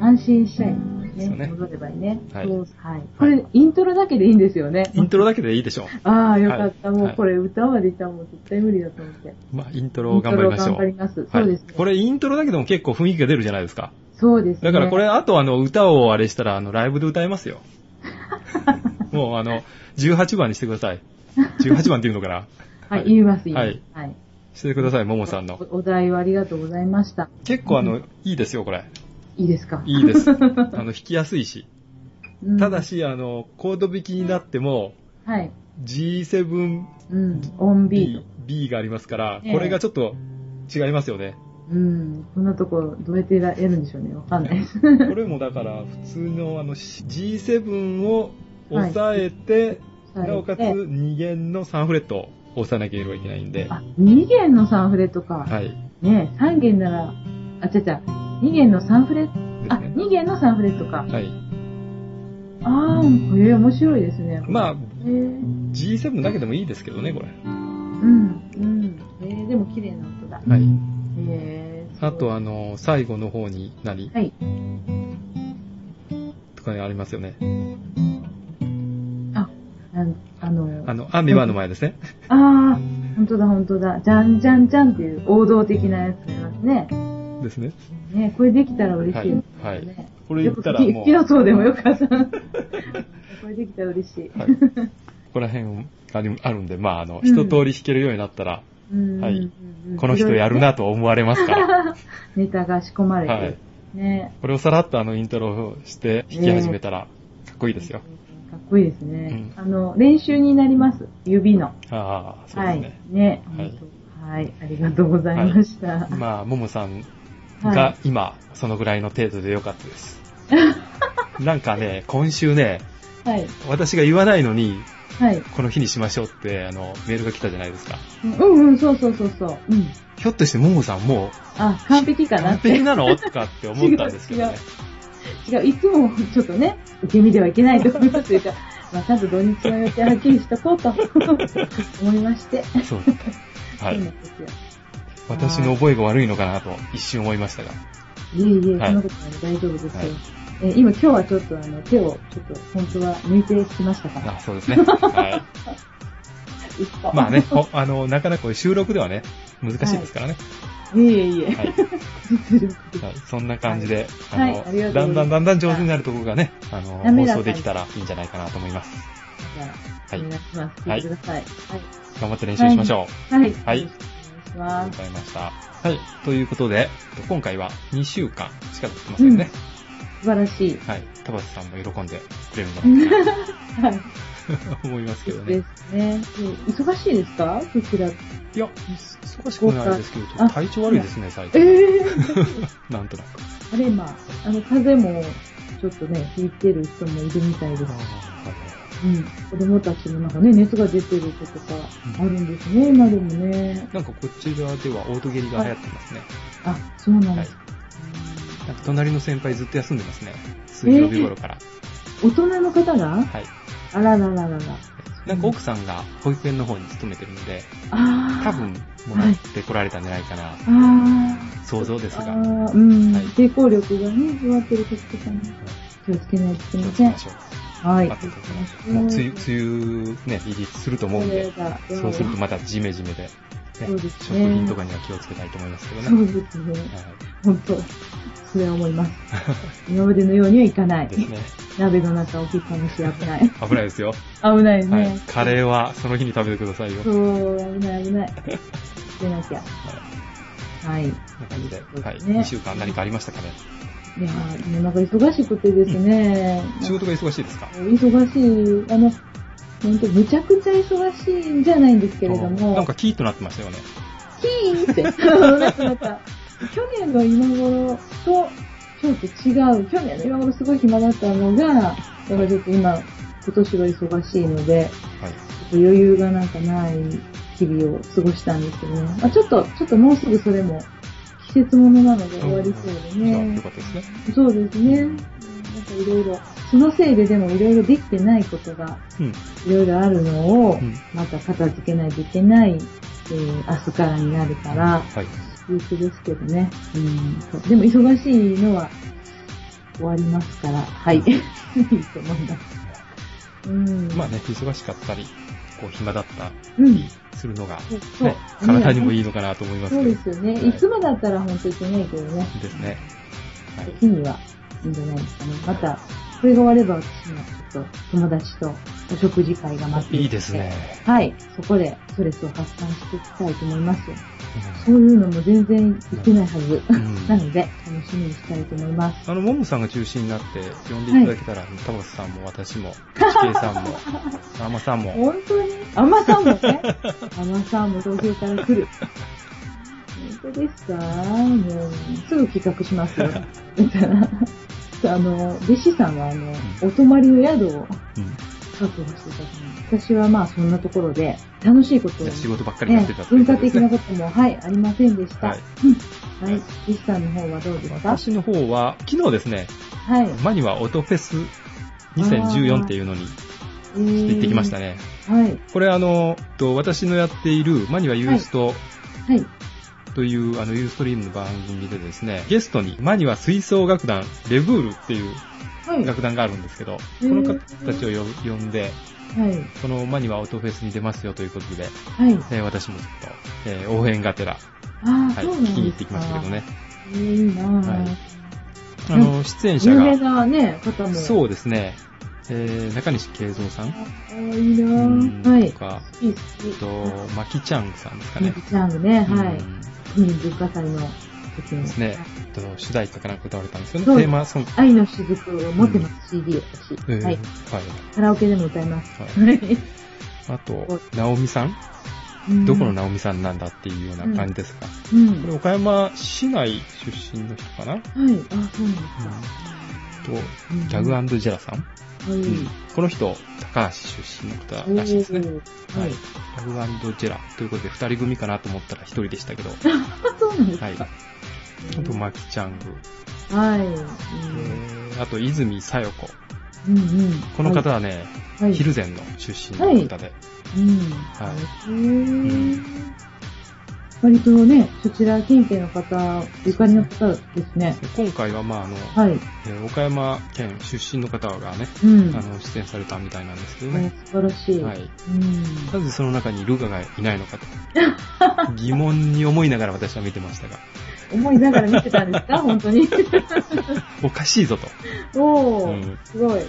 Speaker 2: 安心しちゃいます
Speaker 1: ですよ
Speaker 2: ね。
Speaker 1: ね
Speaker 2: 戻ればいいね。
Speaker 1: はい
Speaker 2: そうはい。これ、イントロだけでいいんですよね。
Speaker 1: イントロだけでいいでしょ
Speaker 2: ああ、よかった。
Speaker 1: はい
Speaker 2: もうこれ歌までいったらもう絶対無理だと思って。
Speaker 1: う。まあ、イントロを頑張りまし
Speaker 2: イ
Speaker 1: ょ
Speaker 2: ント
Speaker 1: う
Speaker 2: ロ頑張り。ます。
Speaker 1: は
Speaker 2: そう
Speaker 1: い
Speaker 2: です、ね。
Speaker 1: これイントロだけでも結構雰囲気が出るじゃないですか。
Speaker 2: そうですね。
Speaker 1: だからこれ、あとあの、歌をあれしたら、あの、ライブで歌えますよ。 もうあの、18番にしてください。18番っていうのかな
Speaker 2: はい、言います、言います。
Speaker 1: は
Speaker 2: はいい。
Speaker 1: してください、ももさんの。
Speaker 2: おお題をありがとうございました。
Speaker 1: 結構あの、いいですよ、これ。
Speaker 2: いいですか
Speaker 1: いい です。あの、弾きやすいし。
Speaker 2: うん
Speaker 1: ただし、あの、コード弾きになっても、
Speaker 2: はい。
Speaker 1: G7B、
Speaker 2: うん。オンビート。
Speaker 1: B がありますから、
Speaker 2: ええ
Speaker 1: これがちょっと違いますよ ね。
Speaker 2: うん。こんなとこ、どうやってやるんでしょうね。わかんないです。
Speaker 1: これもだから、普通のあの、G7 を押さえて、なおかつ
Speaker 2: はい
Speaker 1: 2弦の3フレットを押さなければいけないんで、
Speaker 2: あ、2弦の3フレットか。
Speaker 1: はい。
Speaker 2: ねえ、3弦なら、あ、ちゃちゃ、2弦の3フレット、
Speaker 1: です
Speaker 2: あ、
Speaker 1: ね。
Speaker 2: 2弦の3フレットか。
Speaker 1: はい。
Speaker 2: ああ、へえ、面白いですね。
Speaker 1: まあ、
Speaker 2: あ、へえ、うん、
Speaker 1: G7 だけでもいいですけどね、これ。
Speaker 2: うん。へえ、でも綺麗な音だ。へ
Speaker 1: はい。
Speaker 2: え、
Speaker 1: あと、
Speaker 2: は、
Speaker 1: あの、最後の方に何
Speaker 2: はい。
Speaker 1: とかねありますよね。
Speaker 2: あ、なんあの、
Speaker 1: あの、アンビバーの前ですね。
Speaker 2: ああ、本当だ本当だ。じゃんじゃんじゃんっていう王道的なやつがありますね。
Speaker 1: ですね。
Speaker 2: ね、これできたら嬉しいです
Speaker 1: はいはい
Speaker 2: ね。
Speaker 1: これ言ったらも
Speaker 2: よく
Speaker 1: う、
Speaker 2: ピロソーでもよかっ た。これできたら嬉しい。
Speaker 1: はい。ここら辺ありあるんで、まあ、あの、一通り弾けるようになったら、
Speaker 2: うん
Speaker 1: はい
Speaker 2: うんうん
Speaker 1: この人やるなと思われます から、
Speaker 2: ネタが仕込まれてる。
Speaker 1: はい
Speaker 2: ね。
Speaker 1: これをさらっとあの、イントロをして弾き始めたら、かっこいいですよ。
Speaker 2: かっこいいですね。
Speaker 1: う
Speaker 2: あの、練習になります。指の。
Speaker 1: ああ、そう
Speaker 2: は
Speaker 1: です
Speaker 2: い
Speaker 1: ね。。
Speaker 2: ね。
Speaker 1: はい
Speaker 2: 本当はい。ありがとうございました。
Speaker 1: まあ、ももさん
Speaker 2: は
Speaker 1: が今、そのぐらいの程度でよかった です。なんかね、今週ね、
Speaker 2: い。はい。
Speaker 1: 私が言わないのに、
Speaker 2: はい。
Speaker 1: この日にしましょうって、あの、メールが来たじゃないですか。
Speaker 2: うんうん、そうそうそうそう。うん。
Speaker 1: ひょっとしてももさんも
Speaker 2: あ、完璧
Speaker 1: う、
Speaker 2: かな
Speaker 1: 完
Speaker 2: って。
Speaker 1: 璧なのとかって思ったんですけどね。
Speaker 2: 違う、いつもちょっとね、受け身ではいけないと思いますけど、 まあ、ちゃんと土日の予定はっきりしとこうと思いまして。
Speaker 1: そうだね。はい
Speaker 2: そう。なんですよ
Speaker 1: 私の覚えが悪いのかなと一瞬思いましたが。
Speaker 2: いえいえ、
Speaker 1: はい
Speaker 2: そんなことない大丈夫ですよ。
Speaker 1: はい
Speaker 2: えー今今日はちょっとあの手をちょっと本当は抜いてきましたから。
Speaker 1: あ、そうですね。 はい。
Speaker 2: 一歩
Speaker 1: まあね、。ほあの、なかなか収録ではね、難しいですからね。
Speaker 2: いえいえ いえ。
Speaker 1: はい。
Speaker 2: 実力で
Speaker 1: はいそんな感じで、
Speaker 2: はいはいありが
Speaker 1: あ
Speaker 2: と
Speaker 1: の、だん
Speaker 2: うございます
Speaker 1: だんだんだん上手になるところがね、あの、
Speaker 2: 滑
Speaker 1: 放
Speaker 2: らか
Speaker 1: 送
Speaker 2: に
Speaker 1: できたらいいんじゃないかなと思います。
Speaker 2: じゃ
Speaker 1: は
Speaker 2: あ、
Speaker 1: い
Speaker 2: お願いします。
Speaker 1: は
Speaker 2: 聞
Speaker 1: い
Speaker 2: いてください。
Speaker 1: 頑張って練習しましょう。
Speaker 2: はい。はい。
Speaker 1: はい
Speaker 2: よろしくお
Speaker 1: ありがとう
Speaker 2: 願いし
Speaker 1: ございました。はい。ということで、えっと今回は2週間しか経ってませんね。
Speaker 2: ます。素晴らしい。
Speaker 1: はい。田畑さんも喜んでくれるんじゃないかな
Speaker 2: はい。
Speaker 1: と思いますけど
Speaker 2: で
Speaker 1: ね。
Speaker 2: すね。忙しいですかそちら。
Speaker 1: いや、忙しくはないですけど、ちょっと体調悪いですね、最
Speaker 2: え
Speaker 1: 近。
Speaker 2: え
Speaker 1: なんとなく。
Speaker 2: あれ、まあ、あの、風邪も、ちょっとね、引いてる人もいるみたいですし。うん。子供たちもなんかね、熱が出てる子とかあるんですね、今でもね。
Speaker 1: なんかこちらではオートゲリが流行ってますね。
Speaker 2: あ、そうな
Speaker 1: は
Speaker 2: んで
Speaker 1: い
Speaker 2: す。。
Speaker 1: なんか隣の先輩ずっと休んでますね。水曜日頃から。
Speaker 2: 大人の方が
Speaker 1: はい。
Speaker 2: あららららら。
Speaker 1: なんか奥さんが保育園の方に勤めてるので、
Speaker 2: あー
Speaker 1: 多分もらってこられたんじゃないかな。
Speaker 2: あ
Speaker 1: 想像です
Speaker 2: ー
Speaker 1: が。
Speaker 2: あー、うん、
Speaker 1: はい
Speaker 2: 抵抗力がね、弱ってる時とかね。気をつけないといけ
Speaker 1: 気をつけ
Speaker 2: ません
Speaker 1: ま。しょう。
Speaker 2: はい。
Speaker 1: 待っててくださいもう梅雨、梅雨ね、リリースすると思うんで、
Speaker 2: それが
Speaker 1: そうするとまたジメジメで、ね
Speaker 2: そうですね
Speaker 1: 食品とかには気をつけたいと思いますけどね。
Speaker 2: そうですね。
Speaker 1: は
Speaker 2: 本当それは思 います。今までのようにはいかないい。
Speaker 1: ですね。
Speaker 2: 鍋の中を切ったもし危ない。
Speaker 1: 危ないですよ。
Speaker 2: 危ない
Speaker 1: は
Speaker 2: ね。
Speaker 1: い。カレーはその日に食べてくださいよ。
Speaker 2: そう、危な い危ない。出なきゃ。はい。
Speaker 1: こんな感じで、はい。
Speaker 2: ね
Speaker 1: 2週間何かありましたかね。
Speaker 2: いやー、なんか忙しくてですね。
Speaker 1: 仕事が忙しいですか
Speaker 2: 忙しい。あの、本当むちゃくちゃ忙しいんじゃないんですけれども。
Speaker 1: なんかキーとなってましたよね。
Speaker 2: キーンって。 なったなった。去年の今頃と、ちょっと違う。去年の今頃すごい暇だったのが、だからちょっと今、今年は忙しいので、
Speaker 1: はい。
Speaker 2: ちょっと余裕がなんかない日々を過ごしたんですけどね。まあ、ちょっと、ちょっともうすぐそれも、季節ものなので終わりそうで
Speaker 1: じゃあ、
Speaker 2: ね
Speaker 1: よ。かったですね。
Speaker 2: そうですね。なんかいろいろ、そのせいででもいろいろできてないことが
Speaker 1: うん。
Speaker 2: いろいろあるのを
Speaker 1: うん、
Speaker 2: また片付けないといけない、えー明日からになるから、
Speaker 1: はい。
Speaker 2: 憂鬱ですけどね。うん。そうでも忙しいのは終わりますから、 はい。いいと思います。うん。
Speaker 1: まあね、忙しかったり、こう暇だった
Speaker 2: うん。
Speaker 1: りするのが、
Speaker 2: そうそう
Speaker 1: ね、体にもい
Speaker 2: い。
Speaker 1: いのかなと思います
Speaker 2: そう
Speaker 1: けど。
Speaker 2: ですよね。
Speaker 1: はい
Speaker 2: いつもだったら本当にいけないけどね。
Speaker 1: ですね。はい。
Speaker 2: 時にはいいんじゃないですかね。また、これが終われば私もちょっと友達とお食事会が待っていて
Speaker 1: いいですね。
Speaker 2: はい。そこでストレスを発散していきたいと思います。そういうのも全然できないはず。
Speaker 1: うん
Speaker 2: なので、楽しみにしたいと思います。
Speaker 1: あの、ももさんが中心になって呼んでいただけたら、タバスさんも私も、HK さ んも、あまさんも、
Speaker 2: 本当にアマさんも ね。アマさんも東京から来る。本当ですかもう、すぐ企画しま すよ。だから、あの、弟子さんは、あの、お泊まりの宿を
Speaker 1: うん
Speaker 2: 確保していただきます私はまあ、そんなところで、楽しいことを、
Speaker 1: 仕事ばっかりや
Speaker 2: ね
Speaker 1: ってた、ってい
Speaker 2: 文
Speaker 1: うこ
Speaker 2: 化
Speaker 1: とで
Speaker 2: 的
Speaker 1: す
Speaker 2: な
Speaker 1: ね。
Speaker 2: ことも、はい、ありませんでした。
Speaker 1: はい
Speaker 2: うんはい。弟子さんの方はどうですか
Speaker 1: 私の方は、昨日ですね、
Speaker 2: はい。
Speaker 1: マニはオトフェス2014っていうのに行
Speaker 2: 行
Speaker 1: ってきました。ね。
Speaker 2: はい。
Speaker 1: これあの、と私のやっているマニはユースト
Speaker 2: はい。
Speaker 1: という、あのユーストリームの番組でですね、ゲストにマニは吹奏楽団レブールっていう
Speaker 2: はい。
Speaker 1: 楽団があるんですけど、こ
Speaker 2: へー
Speaker 1: の方たちを呼呼んで、
Speaker 2: はい。
Speaker 1: このマニはオトフェスに出ますよということで、
Speaker 2: はい。
Speaker 1: ね、私もちょっと、えー応援がてら、
Speaker 2: ああ、
Speaker 1: はい、
Speaker 2: そうなん
Speaker 1: 聞きに行
Speaker 2: ですか。
Speaker 1: ってきましたけどね。
Speaker 2: えー。いいなぁ。
Speaker 1: はい
Speaker 2: うん
Speaker 1: あの、出演者
Speaker 2: 有名
Speaker 1: が、
Speaker 2: なね、方も。う。
Speaker 1: そうですね、えー中西慶三さん
Speaker 2: あいいな
Speaker 1: うん
Speaker 2: ぁ。はい
Speaker 1: と。か、
Speaker 2: いい、好
Speaker 1: えっと、まきちゃんさんですか
Speaker 2: き。ミ
Speaker 1: ね
Speaker 2: キ。ちゃんのね、は
Speaker 1: うん
Speaker 2: い。民文化祭の時の。
Speaker 1: ですね。えっと主題歌かなんか歌われたんですよね。
Speaker 2: そう
Speaker 1: テーマソング。
Speaker 2: 愛の雫を持ってます、CD 私、
Speaker 1: えー
Speaker 2: は
Speaker 1: はい
Speaker 2: い。。カラオケでも歌います。
Speaker 1: はい
Speaker 2: はい。
Speaker 1: あと、ナオミさんどこのナオミさんなんだっていうような感じですか。
Speaker 2: うん。
Speaker 1: こ
Speaker 2: は
Speaker 1: れ
Speaker 2: い。
Speaker 1: 岡山市内出身の人かなと、
Speaker 2: あ、そうなんですうん
Speaker 1: ギャグジェラさん、
Speaker 2: か。はい。
Speaker 1: この人、高橋出身の方らしいですね。
Speaker 2: おー
Speaker 1: は
Speaker 2: はい い。。
Speaker 1: ギャグジェラということで、二人組かなと思ったら一人でしたけど。は
Speaker 2: あ、そうなんですか。
Speaker 1: い。あと、マキちゃんぐ。
Speaker 2: はい。
Speaker 1: え
Speaker 2: うん
Speaker 1: ーあと、泉さよ子。
Speaker 2: うんうん。
Speaker 1: この方はね、
Speaker 2: はい、はい。
Speaker 1: ヒルゼンの出身の方で。
Speaker 2: うん。
Speaker 1: はい
Speaker 2: へー割とね、そちら近辺の方、ゆかりの方ですね。
Speaker 1: で今回は、まあ、あの、
Speaker 2: はい。
Speaker 1: えー岡山県出身の方がね、
Speaker 2: うん。
Speaker 1: あの、出演されたみたいなんですけど
Speaker 2: ね
Speaker 1: ね。
Speaker 2: 素晴らしい。
Speaker 1: はい。
Speaker 2: うん。
Speaker 1: なぜその中にルカがいないのか と。疑問に思いながら私は見てましたが、
Speaker 2: 思いながら見てた んですか本当に。
Speaker 1: おかしいぞと。は
Speaker 2: おー、
Speaker 1: うん
Speaker 2: すごい。
Speaker 1: い。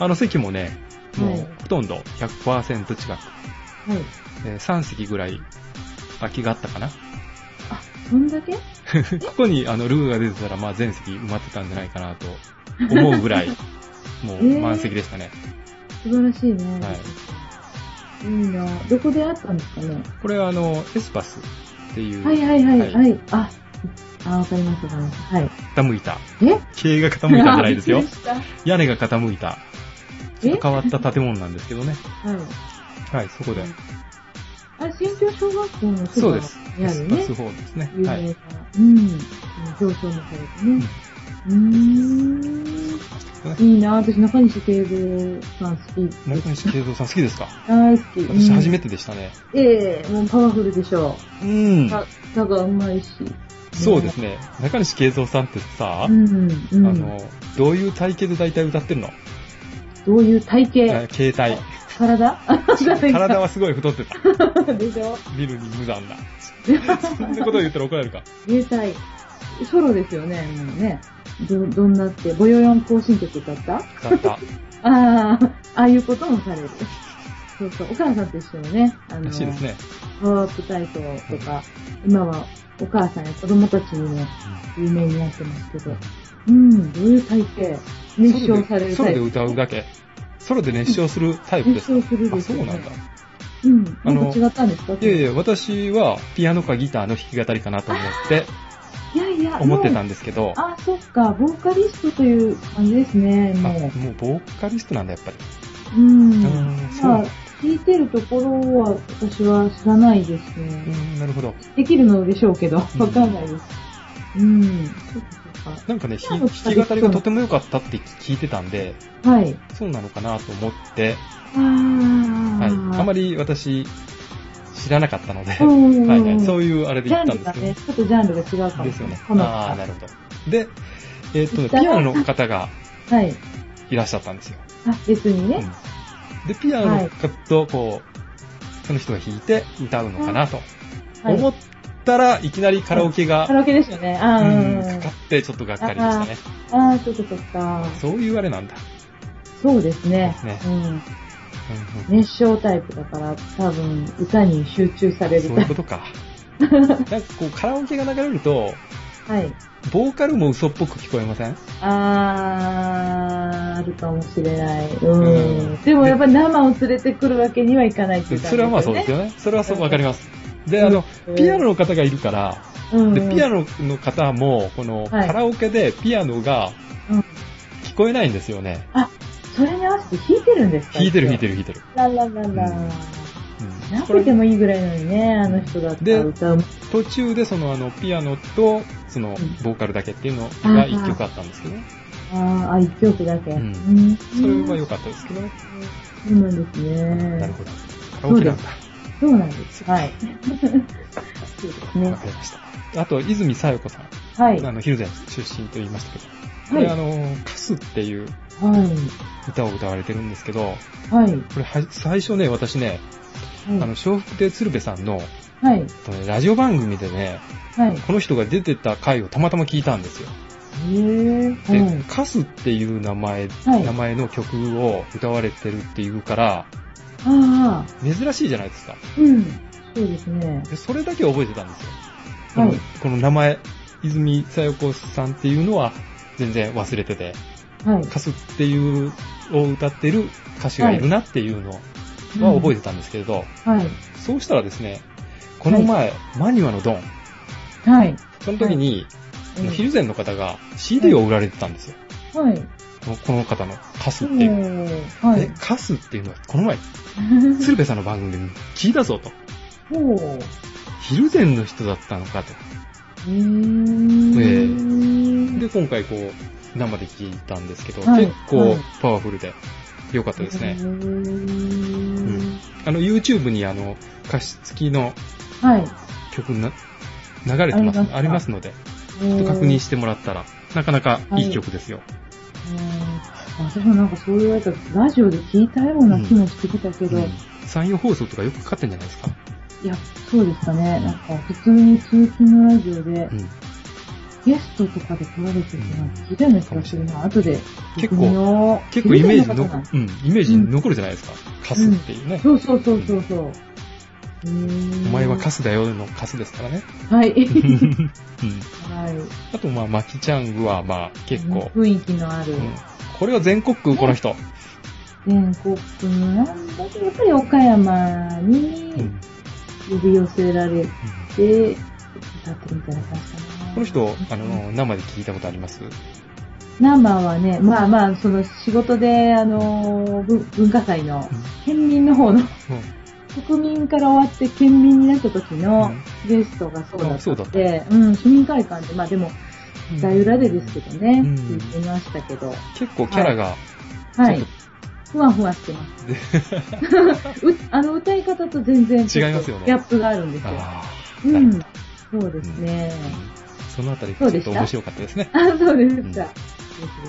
Speaker 1: あの席もね、も
Speaker 2: はいう
Speaker 1: ほとんど100%近く、
Speaker 2: はい。
Speaker 1: え3席ぐらい空きがあったかな。
Speaker 2: あ、そんだけ
Speaker 1: ここにあのルーが出てたら、まあ、全席埋まってたんじゃないかなと思うぐ らい、もう満席でしたね。
Speaker 2: 素晴らしいね。
Speaker 1: はい。
Speaker 2: いいなどこであったんですかね
Speaker 1: これはあの、エスパスっていう、
Speaker 2: はいはいはい、はい、
Speaker 1: はい
Speaker 2: あ、あ、わかりました、わかりました。はい。
Speaker 1: 傾いた。
Speaker 2: え
Speaker 1: 経営が傾いたんじゃないです
Speaker 2: あ
Speaker 1: よ
Speaker 2: びっく。りしたは
Speaker 1: 屋根が傾いた。ちょっ
Speaker 2: え
Speaker 1: と変わった建物なんですけどね。
Speaker 2: い。
Speaker 1: はい、そこで。
Speaker 2: あれ、新京小学校のそ
Speaker 1: そう
Speaker 2: ば
Speaker 1: です。
Speaker 2: に
Speaker 1: エ
Speaker 2: あ
Speaker 1: ス
Speaker 2: る
Speaker 1: パ
Speaker 2: ね
Speaker 1: ス。方ですね
Speaker 2: 有。名な、
Speaker 1: はい。行
Speaker 2: うん。表彰もされてね。う
Speaker 1: きましたけどね
Speaker 2: ーん。いいな私、中西慶三さん好きです。
Speaker 1: 中西慶三さん好きですか
Speaker 2: 大好き。
Speaker 1: 私初
Speaker 2: め
Speaker 1: めてでしたね。
Speaker 2: ええもうパワフルでしょ
Speaker 1: うん
Speaker 2: う。。た、たがうまいし。
Speaker 1: そうです
Speaker 2: ね。
Speaker 1: ね。中西慶三さんってさ、
Speaker 2: うん、うん。
Speaker 1: あの、どういう体型で大体歌ってるの
Speaker 2: どういう体
Speaker 1: あ
Speaker 2: 型
Speaker 1: 携帯。
Speaker 2: 体
Speaker 1: 体
Speaker 2: は。
Speaker 1: はすごい太ってた。
Speaker 2: でしょ
Speaker 1: ビルに無残だ。そんなことを言ったら怒られ るか。
Speaker 2: 霊体。ソロですよね、もうね。ど、どんなって、ボヨヨン行進曲歌ったあ
Speaker 1: だった。
Speaker 2: あー、ああいうこともされる。そうそう、お母さんと一緒にね、あの、
Speaker 1: らしいですね。
Speaker 2: パワーアップ体操とか、今はお母さんや子供たちにね、有名になってますけど。うん、どういう体型熱唱される
Speaker 1: ソロでソ
Speaker 2: タイ
Speaker 1: ロで
Speaker 2: プ。
Speaker 1: 歌うだけ。ソロで熱唱するタイプですか
Speaker 2: 熱唱するで
Speaker 1: あ、
Speaker 2: す
Speaker 1: そう
Speaker 2: よね
Speaker 1: なんだ。
Speaker 2: うん。
Speaker 1: あ
Speaker 2: なん
Speaker 1: の
Speaker 2: か違ったんですか
Speaker 1: いやいや、私はピアノかギターの弾き語りかなと思って、
Speaker 2: いやいや、
Speaker 1: 思ってた
Speaker 2: もうん
Speaker 1: ですけど、あ
Speaker 2: あ、そっか、ボーカリストという感じですね、もう。
Speaker 1: もうボーカリストなんだ、やっぱり。
Speaker 2: うん。
Speaker 1: うんそう
Speaker 2: まあ、弾いてるところは私は知らないです
Speaker 1: う
Speaker 2: ね。
Speaker 1: ん、なるほど。
Speaker 2: できるのでしょうけど、わ
Speaker 1: うん
Speaker 2: かんないです。うん。そうかそう
Speaker 1: なんかね、ひ
Speaker 2: ピア
Speaker 1: 弾
Speaker 2: ノか
Speaker 1: き語りがとても良かったって聞いてたんで、
Speaker 2: か。はい。
Speaker 1: そうなのかなと思って、
Speaker 2: あー。
Speaker 1: はい。あま
Speaker 2: り、
Speaker 1: り私、知らなかったので、
Speaker 2: う
Speaker 1: は
Speaker 2: ん
Speaker 1: いはい。そういうあれで
Speaker 2: ジ
Speaker 1: 言っ
Speaker 2: ャン
Speaker 1: たん
Speaker 2: ル
Speaker 1: ですけど
Speaker 2: がね、。ちょっとジャンルが違うかも。
Speaker 1: ですよね。
Speaker 2: 好みが
Speaker 1: ああー、なるほど。で、えーっとね、
Speaker 2: じゃあ
Speaker 1: ピアノの方が
Speaker 2: はい。
Speaker 1: いらっしゃったんですよ。
Speaker 2: あ、別に
Speaker 1: う
Speaker 2: ね。
Speaker 1: んで、ピアノの方と、こう、その人が弾いて歌うのかなと
Speaker 2: はい
Speaker 1: 思ったらいきなりカラオケが
Speaker 2: カ、ラオケですよね。あ
Speaker 1: う
Speaker 2: ー。
Speaker 1: ん、かかってちょっとがっかりでしたね。
Speaker 2: あー、そうかそうか。
Speaker 1: そういうあれなんだ。
Speaker 2: そうですね。
Speaker 1: ね
Speaker 2: うん。
Speaker 1: うんうん
Speaker 2: 熱唱タイプだから、多分、歌に集中される
Speaker 1: そう
Speaker 2: タ
Speaker 1: い
Speaker 2: イ
Speaker 1: う
Speaker 2: プ。
Speaker 1: こと か。なんかこう、カラオケが流れると、
Speaker 2: はい。
Speaker 1: ボーカルも嘘っぽく聞こえません
Speaker 2: あー、あるかもしれない。
Speaker 1: う
Speaker 2: うんん。でもやっぱり生を連れてくるわけにはいかないっていう感じ
Speaker 1: それはまあそうですよね。それはそうわかります。で、あの、
Speaker 2: うん
Speaker 1: ピアノの方がいるから、
Speaker 2: うん。
Speaker 1: で、ピア
Speaker 2: ノ、
Speaker 1: ノの方も、この、
Speaker 2: はい
Speaker 1: カラオケでピアノが
Speaker 2: うん。
Speaker 1: 聞こえないんですよね。
Speaker 2: あ、それに合わせて弾いてるんですか
Speaker 1: 弾いてる弾いて
Speaker 2: る。
Speaker 1: る弾いてる。
Speaker 2: ララララ。
Speaker 1: うんうん
Speaker 2: な
Speaker 1: これ
Speaker 2: くてもいいぐらいなのにね、あの人だったら歌う。
Speaker 1: 途中でそのあの、ピアノと、その
Speaker 2: うん、
Speaker 1: ボーカルだけっていうの
Speaker 2: あ
Speaker 1: が
Speaker 2: ー
Speaker 1: 一曲あったんですけどね。
Speaker 2: あーあ、一曲だけ。
Speaker 1: う
Speaker 2: うんん。
Speaker 1: それは良かったですけどね。
Speaker 2: そうなんですね。
Speaker 1: なるほど。カラオケなんだ。
Speaker 2: そうなんです。 はい。そうです
Speaker 1: わ
Speaker 2: ね。
Speaker 1: かりました。あと、泉佐代子さん。
Speaker 2: はい。
Speaker 1: あ
Speaker 2: はい。
Speaker 1: の、ヒルゼン出身と言いましたけど。これ
Speaker 2: は
Speaker 1: あ
Speaker 2: い
Speaker 1: の、カスっていう歌を歌われてるんですけど、
Speaker 2: はい。
Speaker 1: これは最初ね、私ね、あの、笑福亭鶴瓶さんの、
Speaker 2: はい。
Speaker 1: えっとねラジオ番組でね、
Speaker 2: はい。
Speaker 1: この人が出てた回をたまたま聞いたんですよ。
Speaker 2: へぇ
Speaker 1: で、
Speaker 2: ー。はい。
Speaker 1: カスっていう名前、
Speaker 2: はい
Speaker 1: 名前の曲を歌われてるっていうから、
Speaker 2: ああ。
Speaker 1: 珍しいじゃないですか。
Speaker 2: うん。そうですね。
Speaker 1: でそれだけ覚えてたんですよ。
Speaker 2: はい
Speaker 1: このこの名前、泉佐代子さんっていうのは全然忘れてて、
Speaker 2: はい。
Speaker 1: カスっていうを歌ってる歌手がいるなっていうのは覚えてたんですけれど、
Speaker 2: はい。
Speaker 1: そうしたらですね、この前、マニュアのドン、
Speaker 2: はい。
Speaker 1: その時に、
Speaker 2: うん
Speaker 1: ヒルゼンの方が CD を売られてたんですよ。
Speaker 2: はい。
Speaker 1: このこの方のカスっていう。
Speaker 2: おは
Speaker 1: で
Speaker 2: い。
Speaker 1: カスっていうのは、この前、鶴瓶さんの番組で聞いたぞと。
Speaker 2: ほう。
Speaker 1: ヒルゼンの人だったのかと。
Speaker 2: えー。
Speaker 1: え
Speaker 2: ー
Speaker 1: で、今回こう、生で聞いたんですけど、
Speaker 2: はい
Speaker 1: 結
Speaker 2: は
Speaker 1: 構
Speaker 2: い
Speaker 1: パワフルで良かったですね。
Speaker 2: ね。
Speaker 1: あの、YouTube にあの、歌詞付きの
Speaker 2: はい。
Speaker 1: 曲な、流れてます、あ
Speaker 2: あ
Speaker 1: り
Speaker 2: り
Speaker 1: ま
Speaker 2: ます
Speaker 1: すので、
Speaker 2: え
Speaker 1: ちょっ
Speaker 2: ー
Speaker 1: と確認してもらったら、なかなかいい
Speaker 2: はい
Speaker 1: 曲ですよ。
Speaker 2: うん私もなんかそう言われたら、ラジオで聞いたような気もしてきたけど、
Speaker 1: うん山陽放送とかよくかかってんじゃないですか。
Speaker 2: いや、そうですかね。なんか、普通に通勤のラジオで
Speaker 1: う、ん
Speaker 2: ゲストとかで来られてるのは聞いたような気がするな。後で聞いてみよう。
Speaker 1: 結構イメージ
Speaker 2: の
Speaker 1: の、うん、イメージに残るじゃないですか。カスっていうね。
Speaker 2: そうそうそうそうそう。お
Speaker 1: お前はカスだよのカスですからね。
Speaker 2: はい。
Speaker 1: うん
Speaker 2: はい。
Speaker 1: あと、まあ、マキチャングは、まあ、 結構、
Speaker 2: 雰囲気のある
Speaker 1: う。んこれは全国区、この人。
Speaker 2: 全国なんだけど、やっぱり岡山
Speaker 1: うんう
Speaker 2: に
Speaker 1: ん
Speaker 2: 呼び寄せられて、歌ってみたいな感じかな。
Speaker 1: この人、あの、生で聞いたことあります
Speaker 2: 生はね、まあまあ、その仕事で、あの、ぶ文化祭の、県民の方の、国民から終わって県民になった時のゲストがそうだ
Speaker 1: あそう
Speaker 2: っ
Speaker 1: だ
Speaker 2: た
Speaker 1: っ
Speaker 2: ったて、うん、市民会館で、まあでも、
Speaker 1: うん
Speaker 2: 舞台裏でですけどね、
Speaker 1: うん
Speaker 2: 聞いてましたけど、
Speaker 1: 結構キャラが、
Speaker 2: は
Speaker 1: ちょ
Speaker 2: い
Speaker 1: っ。
Speaker 2: ふわふわして ます。う あの、歌い方と全然ちょっと
Speaker 1: 違いますよね
Speaker 2: ギャップがあるんです
Speaker 1: と
Speaker 2: よ。
Speaker 1: ああ、
Speaker 2: う
Speaker 1: なるほ
Speaker 2: ん
Speaker 1: ど。
Speaker 2: そうですね。
Speaker 1: そのあたり、ち
Speaker 2: そ
Speaker 1: ょ
Speaker 2: う
Speaker 1: っ
Speaker 2: で
Speaker 1: と
Speaker 2: した
Speaker 1: 面白かったですね。
Speaker 2: あ、そうでした。
Speaker 1: うん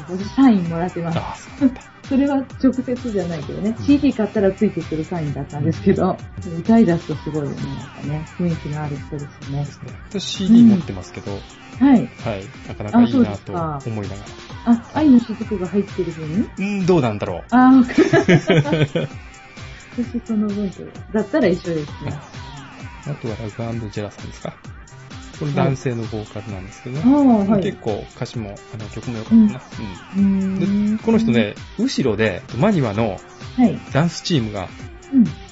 Speaker 2: そうですサインもらってます。
Speaker 1: ああ、そうだった。
Speaker 2: それは直接じゃないけどね、
Speaker 1: うん
Speaker 2: CD 買ったらついてくるサインだったんですけど、歌い出すとすごいよね、なんかね、雰囲気のある人ですよね
Speaker 1: で。すね。私 CD 持ってますけど、
Speaker 2: はい。
Speaker 1: はい、なかなかいい
Speaker 2: あそうで
Speaker 1: な
Speaker 2: すか
Speaker 1: と思いながら。
Speaker 2: あ、愛の雫が入ってる分
Speaker 1: うん、どうなんだろう。
Speaker 2: あー、わか った。私その分と、だったら一緒ですね。
Speaker 1: あとはラグジェラさんですか。これ男性のボーカルなんですけど
Speaker 2: あ
Speaker 1: ね。
Speaker 2: ー、はい。
Speaker 1: 結構歌詞も、あの曲も良かったな。うん
Speaker 2: うーん
Speaker 1: この人。ね、後ろでマニワの
Speaker 2: はい。
Speaker 1: ダンスチームが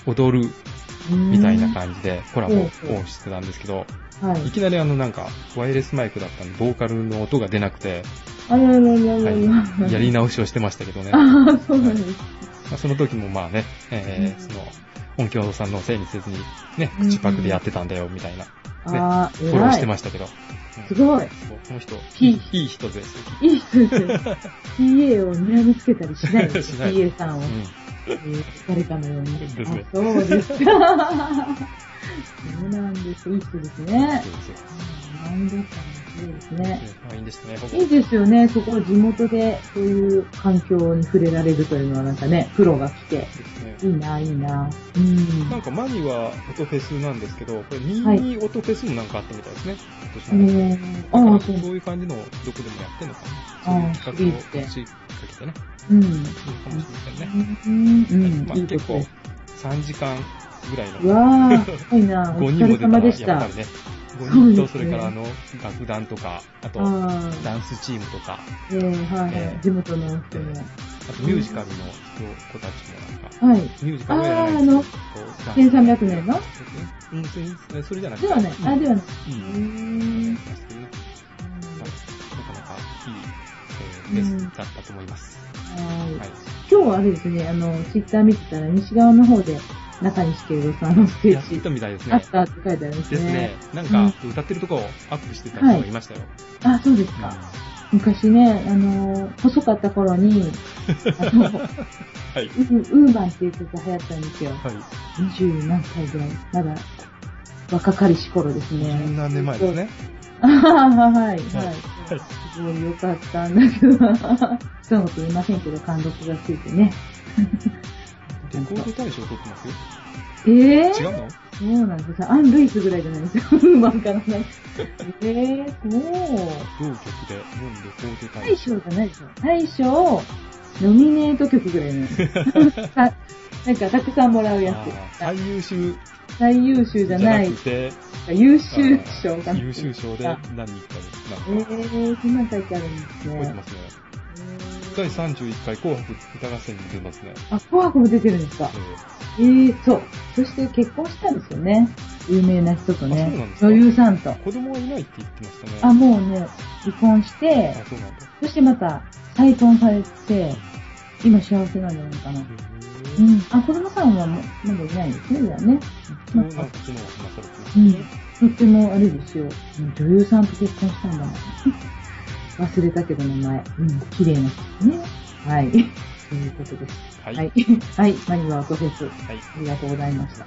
Speaker 2: う
Speaker 1: 踊る
Speaker 2: ん。
Speaker 1: みたいな感じでコラボ
Speaker 2: うん
Speaker 1: をしてたんですけど、
Speaker 2: じ。はい
Speaker 1: い。きなりあのなんかワイヤレスマイクだったんで、ボーカルの音が出なくて、
Speaker 2: あらららら
Speaker 1: は
Speaker 2: ら
Speaker 1: い、やり直しをしてましたけどね。ま
Speaker 2: ああ、そうなんです。
Speaker 1: あその時もまあね、えー
Speaker 2: うん
Speaker 1: その音響さんのせいにせずにね、
Speaker 2: うん
Speaker 1: 口パクでやってたんだよみたいな、
Speaker 2: ああ、
Speaker 1: フォローして
Speaker 2: 偉い。
Speaker 1: ましたけど。
Speaker 2: すごい。
Speaker 1: そうこの人、
Speaker 2: い
Speaker 1: い
Speaker 2: い
Speaker 1: いいい人ですよ。
Speaker 2: いい人ですよ。PA を睨みつけたりしないで す
Speaker 1: しない
Speaker 2: PA さんを
Speaker 1: う。ん
Speaker 2: えー誰かのように。
Speaker 1: ですね
Speaker 2: あ そうですか。そうなんです。いい人ですね。
Speaker 1: そうですよ。
Speaker 2: マインド感がすごいですね。
Speaker 1: まあいいんですね、ほぼ
Speaker 2: いいですよね。そこを地元で、そういう環境に触れられるというのはなんかね、プロが来て、
Speaker 1: ですね
Speaker 2: いいな、いいな。うん。
Speaker 1: なんかマニは音フェスなんですけど、これ
Speaker 2: はい
Speaker 1: 22音フェスもなんかあったみたいですね。今年の
Speaker 2: ねえああ、
Speaker 1: そ
Speaker 2: そうう。
Speaker 1: いう感じのどこでもやってんのかな。そういう企画をしかけてね。
Speaker 2: うん。
Speaker 1: そうかもしれませんね。
Speaker 2: うん。うん
Speaker 1: まあ
Speaker 2: いいと
Speaker 1: 結
Speaker 2: こ
Speaker 1: 構
Speaker 2: で
Speaker 1: 3時間ぐらいの
Speaker 2: す。うわー、すごい な。お
Speaker 1: 5人
Speaker 2: 疲
Speaker 1: も
Speaker 2: れ様で
Speaker 1: 出
Speaker 2: したた。
Speaker 1: ら、
Speaker 2: あ
Speaker 1: やっぱりね。5人と、
Speaker 2: そ
Speaker 1: そう
Speaker 2: ですね
Speaker 1: れからあの、楽団とか、あと、
Speaker 2: あー。
Speaker 1: ダンスチームとか、
Speaker 2: えー、はい、
Speaker 1: えー
Speaker 2: 地元の人も。
Speaker 1: あとミュージカルの人、子たちもなんか、
Speaker 2: はい。
Speaker 1: ミュージカルじゃないですけど、
Speaker 2: 1300年の
Speaker 1: うん、それそれじゃなくて。
Speaker 2: ではない。あ、ではない。
Speaker 1: う。
Speaker 2: うん
Speaker 1: うん
Speaker 2: ん。
Speaker 1: なかなかいい、えーフェスだったと思います。
Speaker 2: は
Speaker 1: はいい。
Speaker 2: 今日はあれですね、あの、ツイッター見てたら、西側の方で、中西慶吾さんのステ
Speaker 1: やっ
Speaker 2: ー
Speaker 1: た
Speaker 2: ジ、
Speaker 1: みたいです
Speaker 2: あ
Speaker 1: ね
Speaker 2: っ。たって書いてあります
Speaker 1: ですね
Speaker 2: ね。。
Speaker 1: なん
Speaker 2: うん
Speaker 1: か、歌ってるとこをアップしてた人がいましたよ。
Speaker 2: あ、そうですか。昔ね、あの、細かった 頃に、あの、
Speaker 1: はい。
Speaker 2: ウーウーマンっていう曲が流行ったんですよ。
Speaker 1: はい。
Speaker 2: 二十何歳ぐらい。まだ、若かりし頃ですね。
Speaker 1: 十何年前ですね。
Speaker 2: あはははい、
Speaker 1: はい
Speaker 2: はい。すごい良かったんだけど、人のこと言いませんけど、貫禄がついてね。
Speaker 1: レコード大賞取ってますよ。
Speaker 2: えぇ、
Speaker 1: 違うの
Speaker 2: そうなんですよ。アン・ルイスぐらいじゃないですか。ウーマンから ね。えぇ、
Speaker 1: 同曲
Speaker 2: も
Speaker 1: で、日本レコード
Speaker 2: う、
Speaker 1: 大
Speaker 2: 大
Speaker 1: 賞。
Speaker 2: 賞じゃないでしょ。大賞、ノミネート曲ぐら いの。さなんか、たくさんもらうや
Speaker 1: あー
Speaker 2: つ。
Speaker 1: 最優秀
Speaker 2: 最優秀
Speaker 1: じ
Speaker 2: じ
Speaker 1: ゃ
Speaker 2: ゃ
Speaker 1: な
Speaker 2: ない、
Speaker 1: くて、
Speaker 2: 優秀賞か
Speaker 1: あ
Speaker 2: な
Speaker 1: ー優秀賞で何人か
Speaker 2: え
Speaker 1: で、なんか、
Speaker 2: ぇ、そんなん書いてあるんです
Speaker 1: 覚えて
Speaker 2: ね
Speaker 1: ま。すね。
Speaker 2: え
Speaker 1: 第
Speaker 2: ー
Speaker 1: 31回紅白歌合戦に出ますね。
Speaker 2: あ、紅白も出てるんですか
Speaker 1: え。ー
Speaker 2: えー、そう。そして結婚したんですよね。有名な人と
Speaker 1: あそうな
Speaker 2: ね
Speaker 1: んで。すか
Speaker 2: 女優さんと。
Speaker 1: 子供はいないって言ってましたね。
Speaker 2: あ、もうね、離婚して
Speaker 1: あ、、そうなんだ。
Speaker 2: そしてまた再婚されて、今幸せなんじゃないかな。う
Speaker 1: うん
Speaker 2: ん。あ、子供さんはもうまだいないんですね、じゃあね。
Speaker 1: 昨日、なんか昨日話されてまし
Speaker 2: う
Speaker 1: た
Speaker 2: ん
Speaker 1: ね。。
Speaker 2: とってもあれですよ。女優さんと結婚したんだもん。忘れたけど名前。うん、綺麗な人ね。はい。ということです。
Speaker 1: はい。
Speaker 2: は
Speaker 1: はいい。。
Speaker 2: はい。マニワートフェス。ありがとうございました。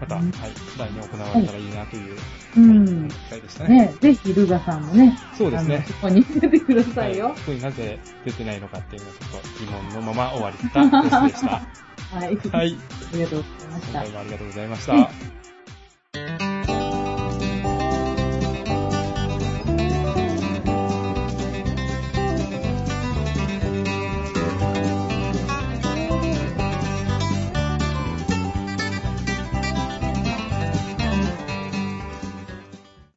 Speaker 1: また、
Speaker 2: う
Speaker 1: は
Speaker 2: ん
Speaker 1: い。来年行われたらいいなという、
Speaker 2: う
Speaker 1: はい
Speaker 2: ん。
Speaker 1: 期待でしたね。
Speaker 2: ね、ぜひルガさんもね、
Speaker 1: そうです
Speaker 2: あの
Speaker 1: ね
Speaker 2: こ。こに出てください
Speaker 1: はい。
Speaker 2: よ
Speaker 1: ここになぜ出てないのかっていうのはちょっと疑問のま ま終わりたフェスでした。
Speaker 2: はい。
Speaker 1: はい。
Speaker 2: ありがとうございまし
Speaker 1: 今
Speaker 2: た
Speaker 1: 回。もありがとうございました。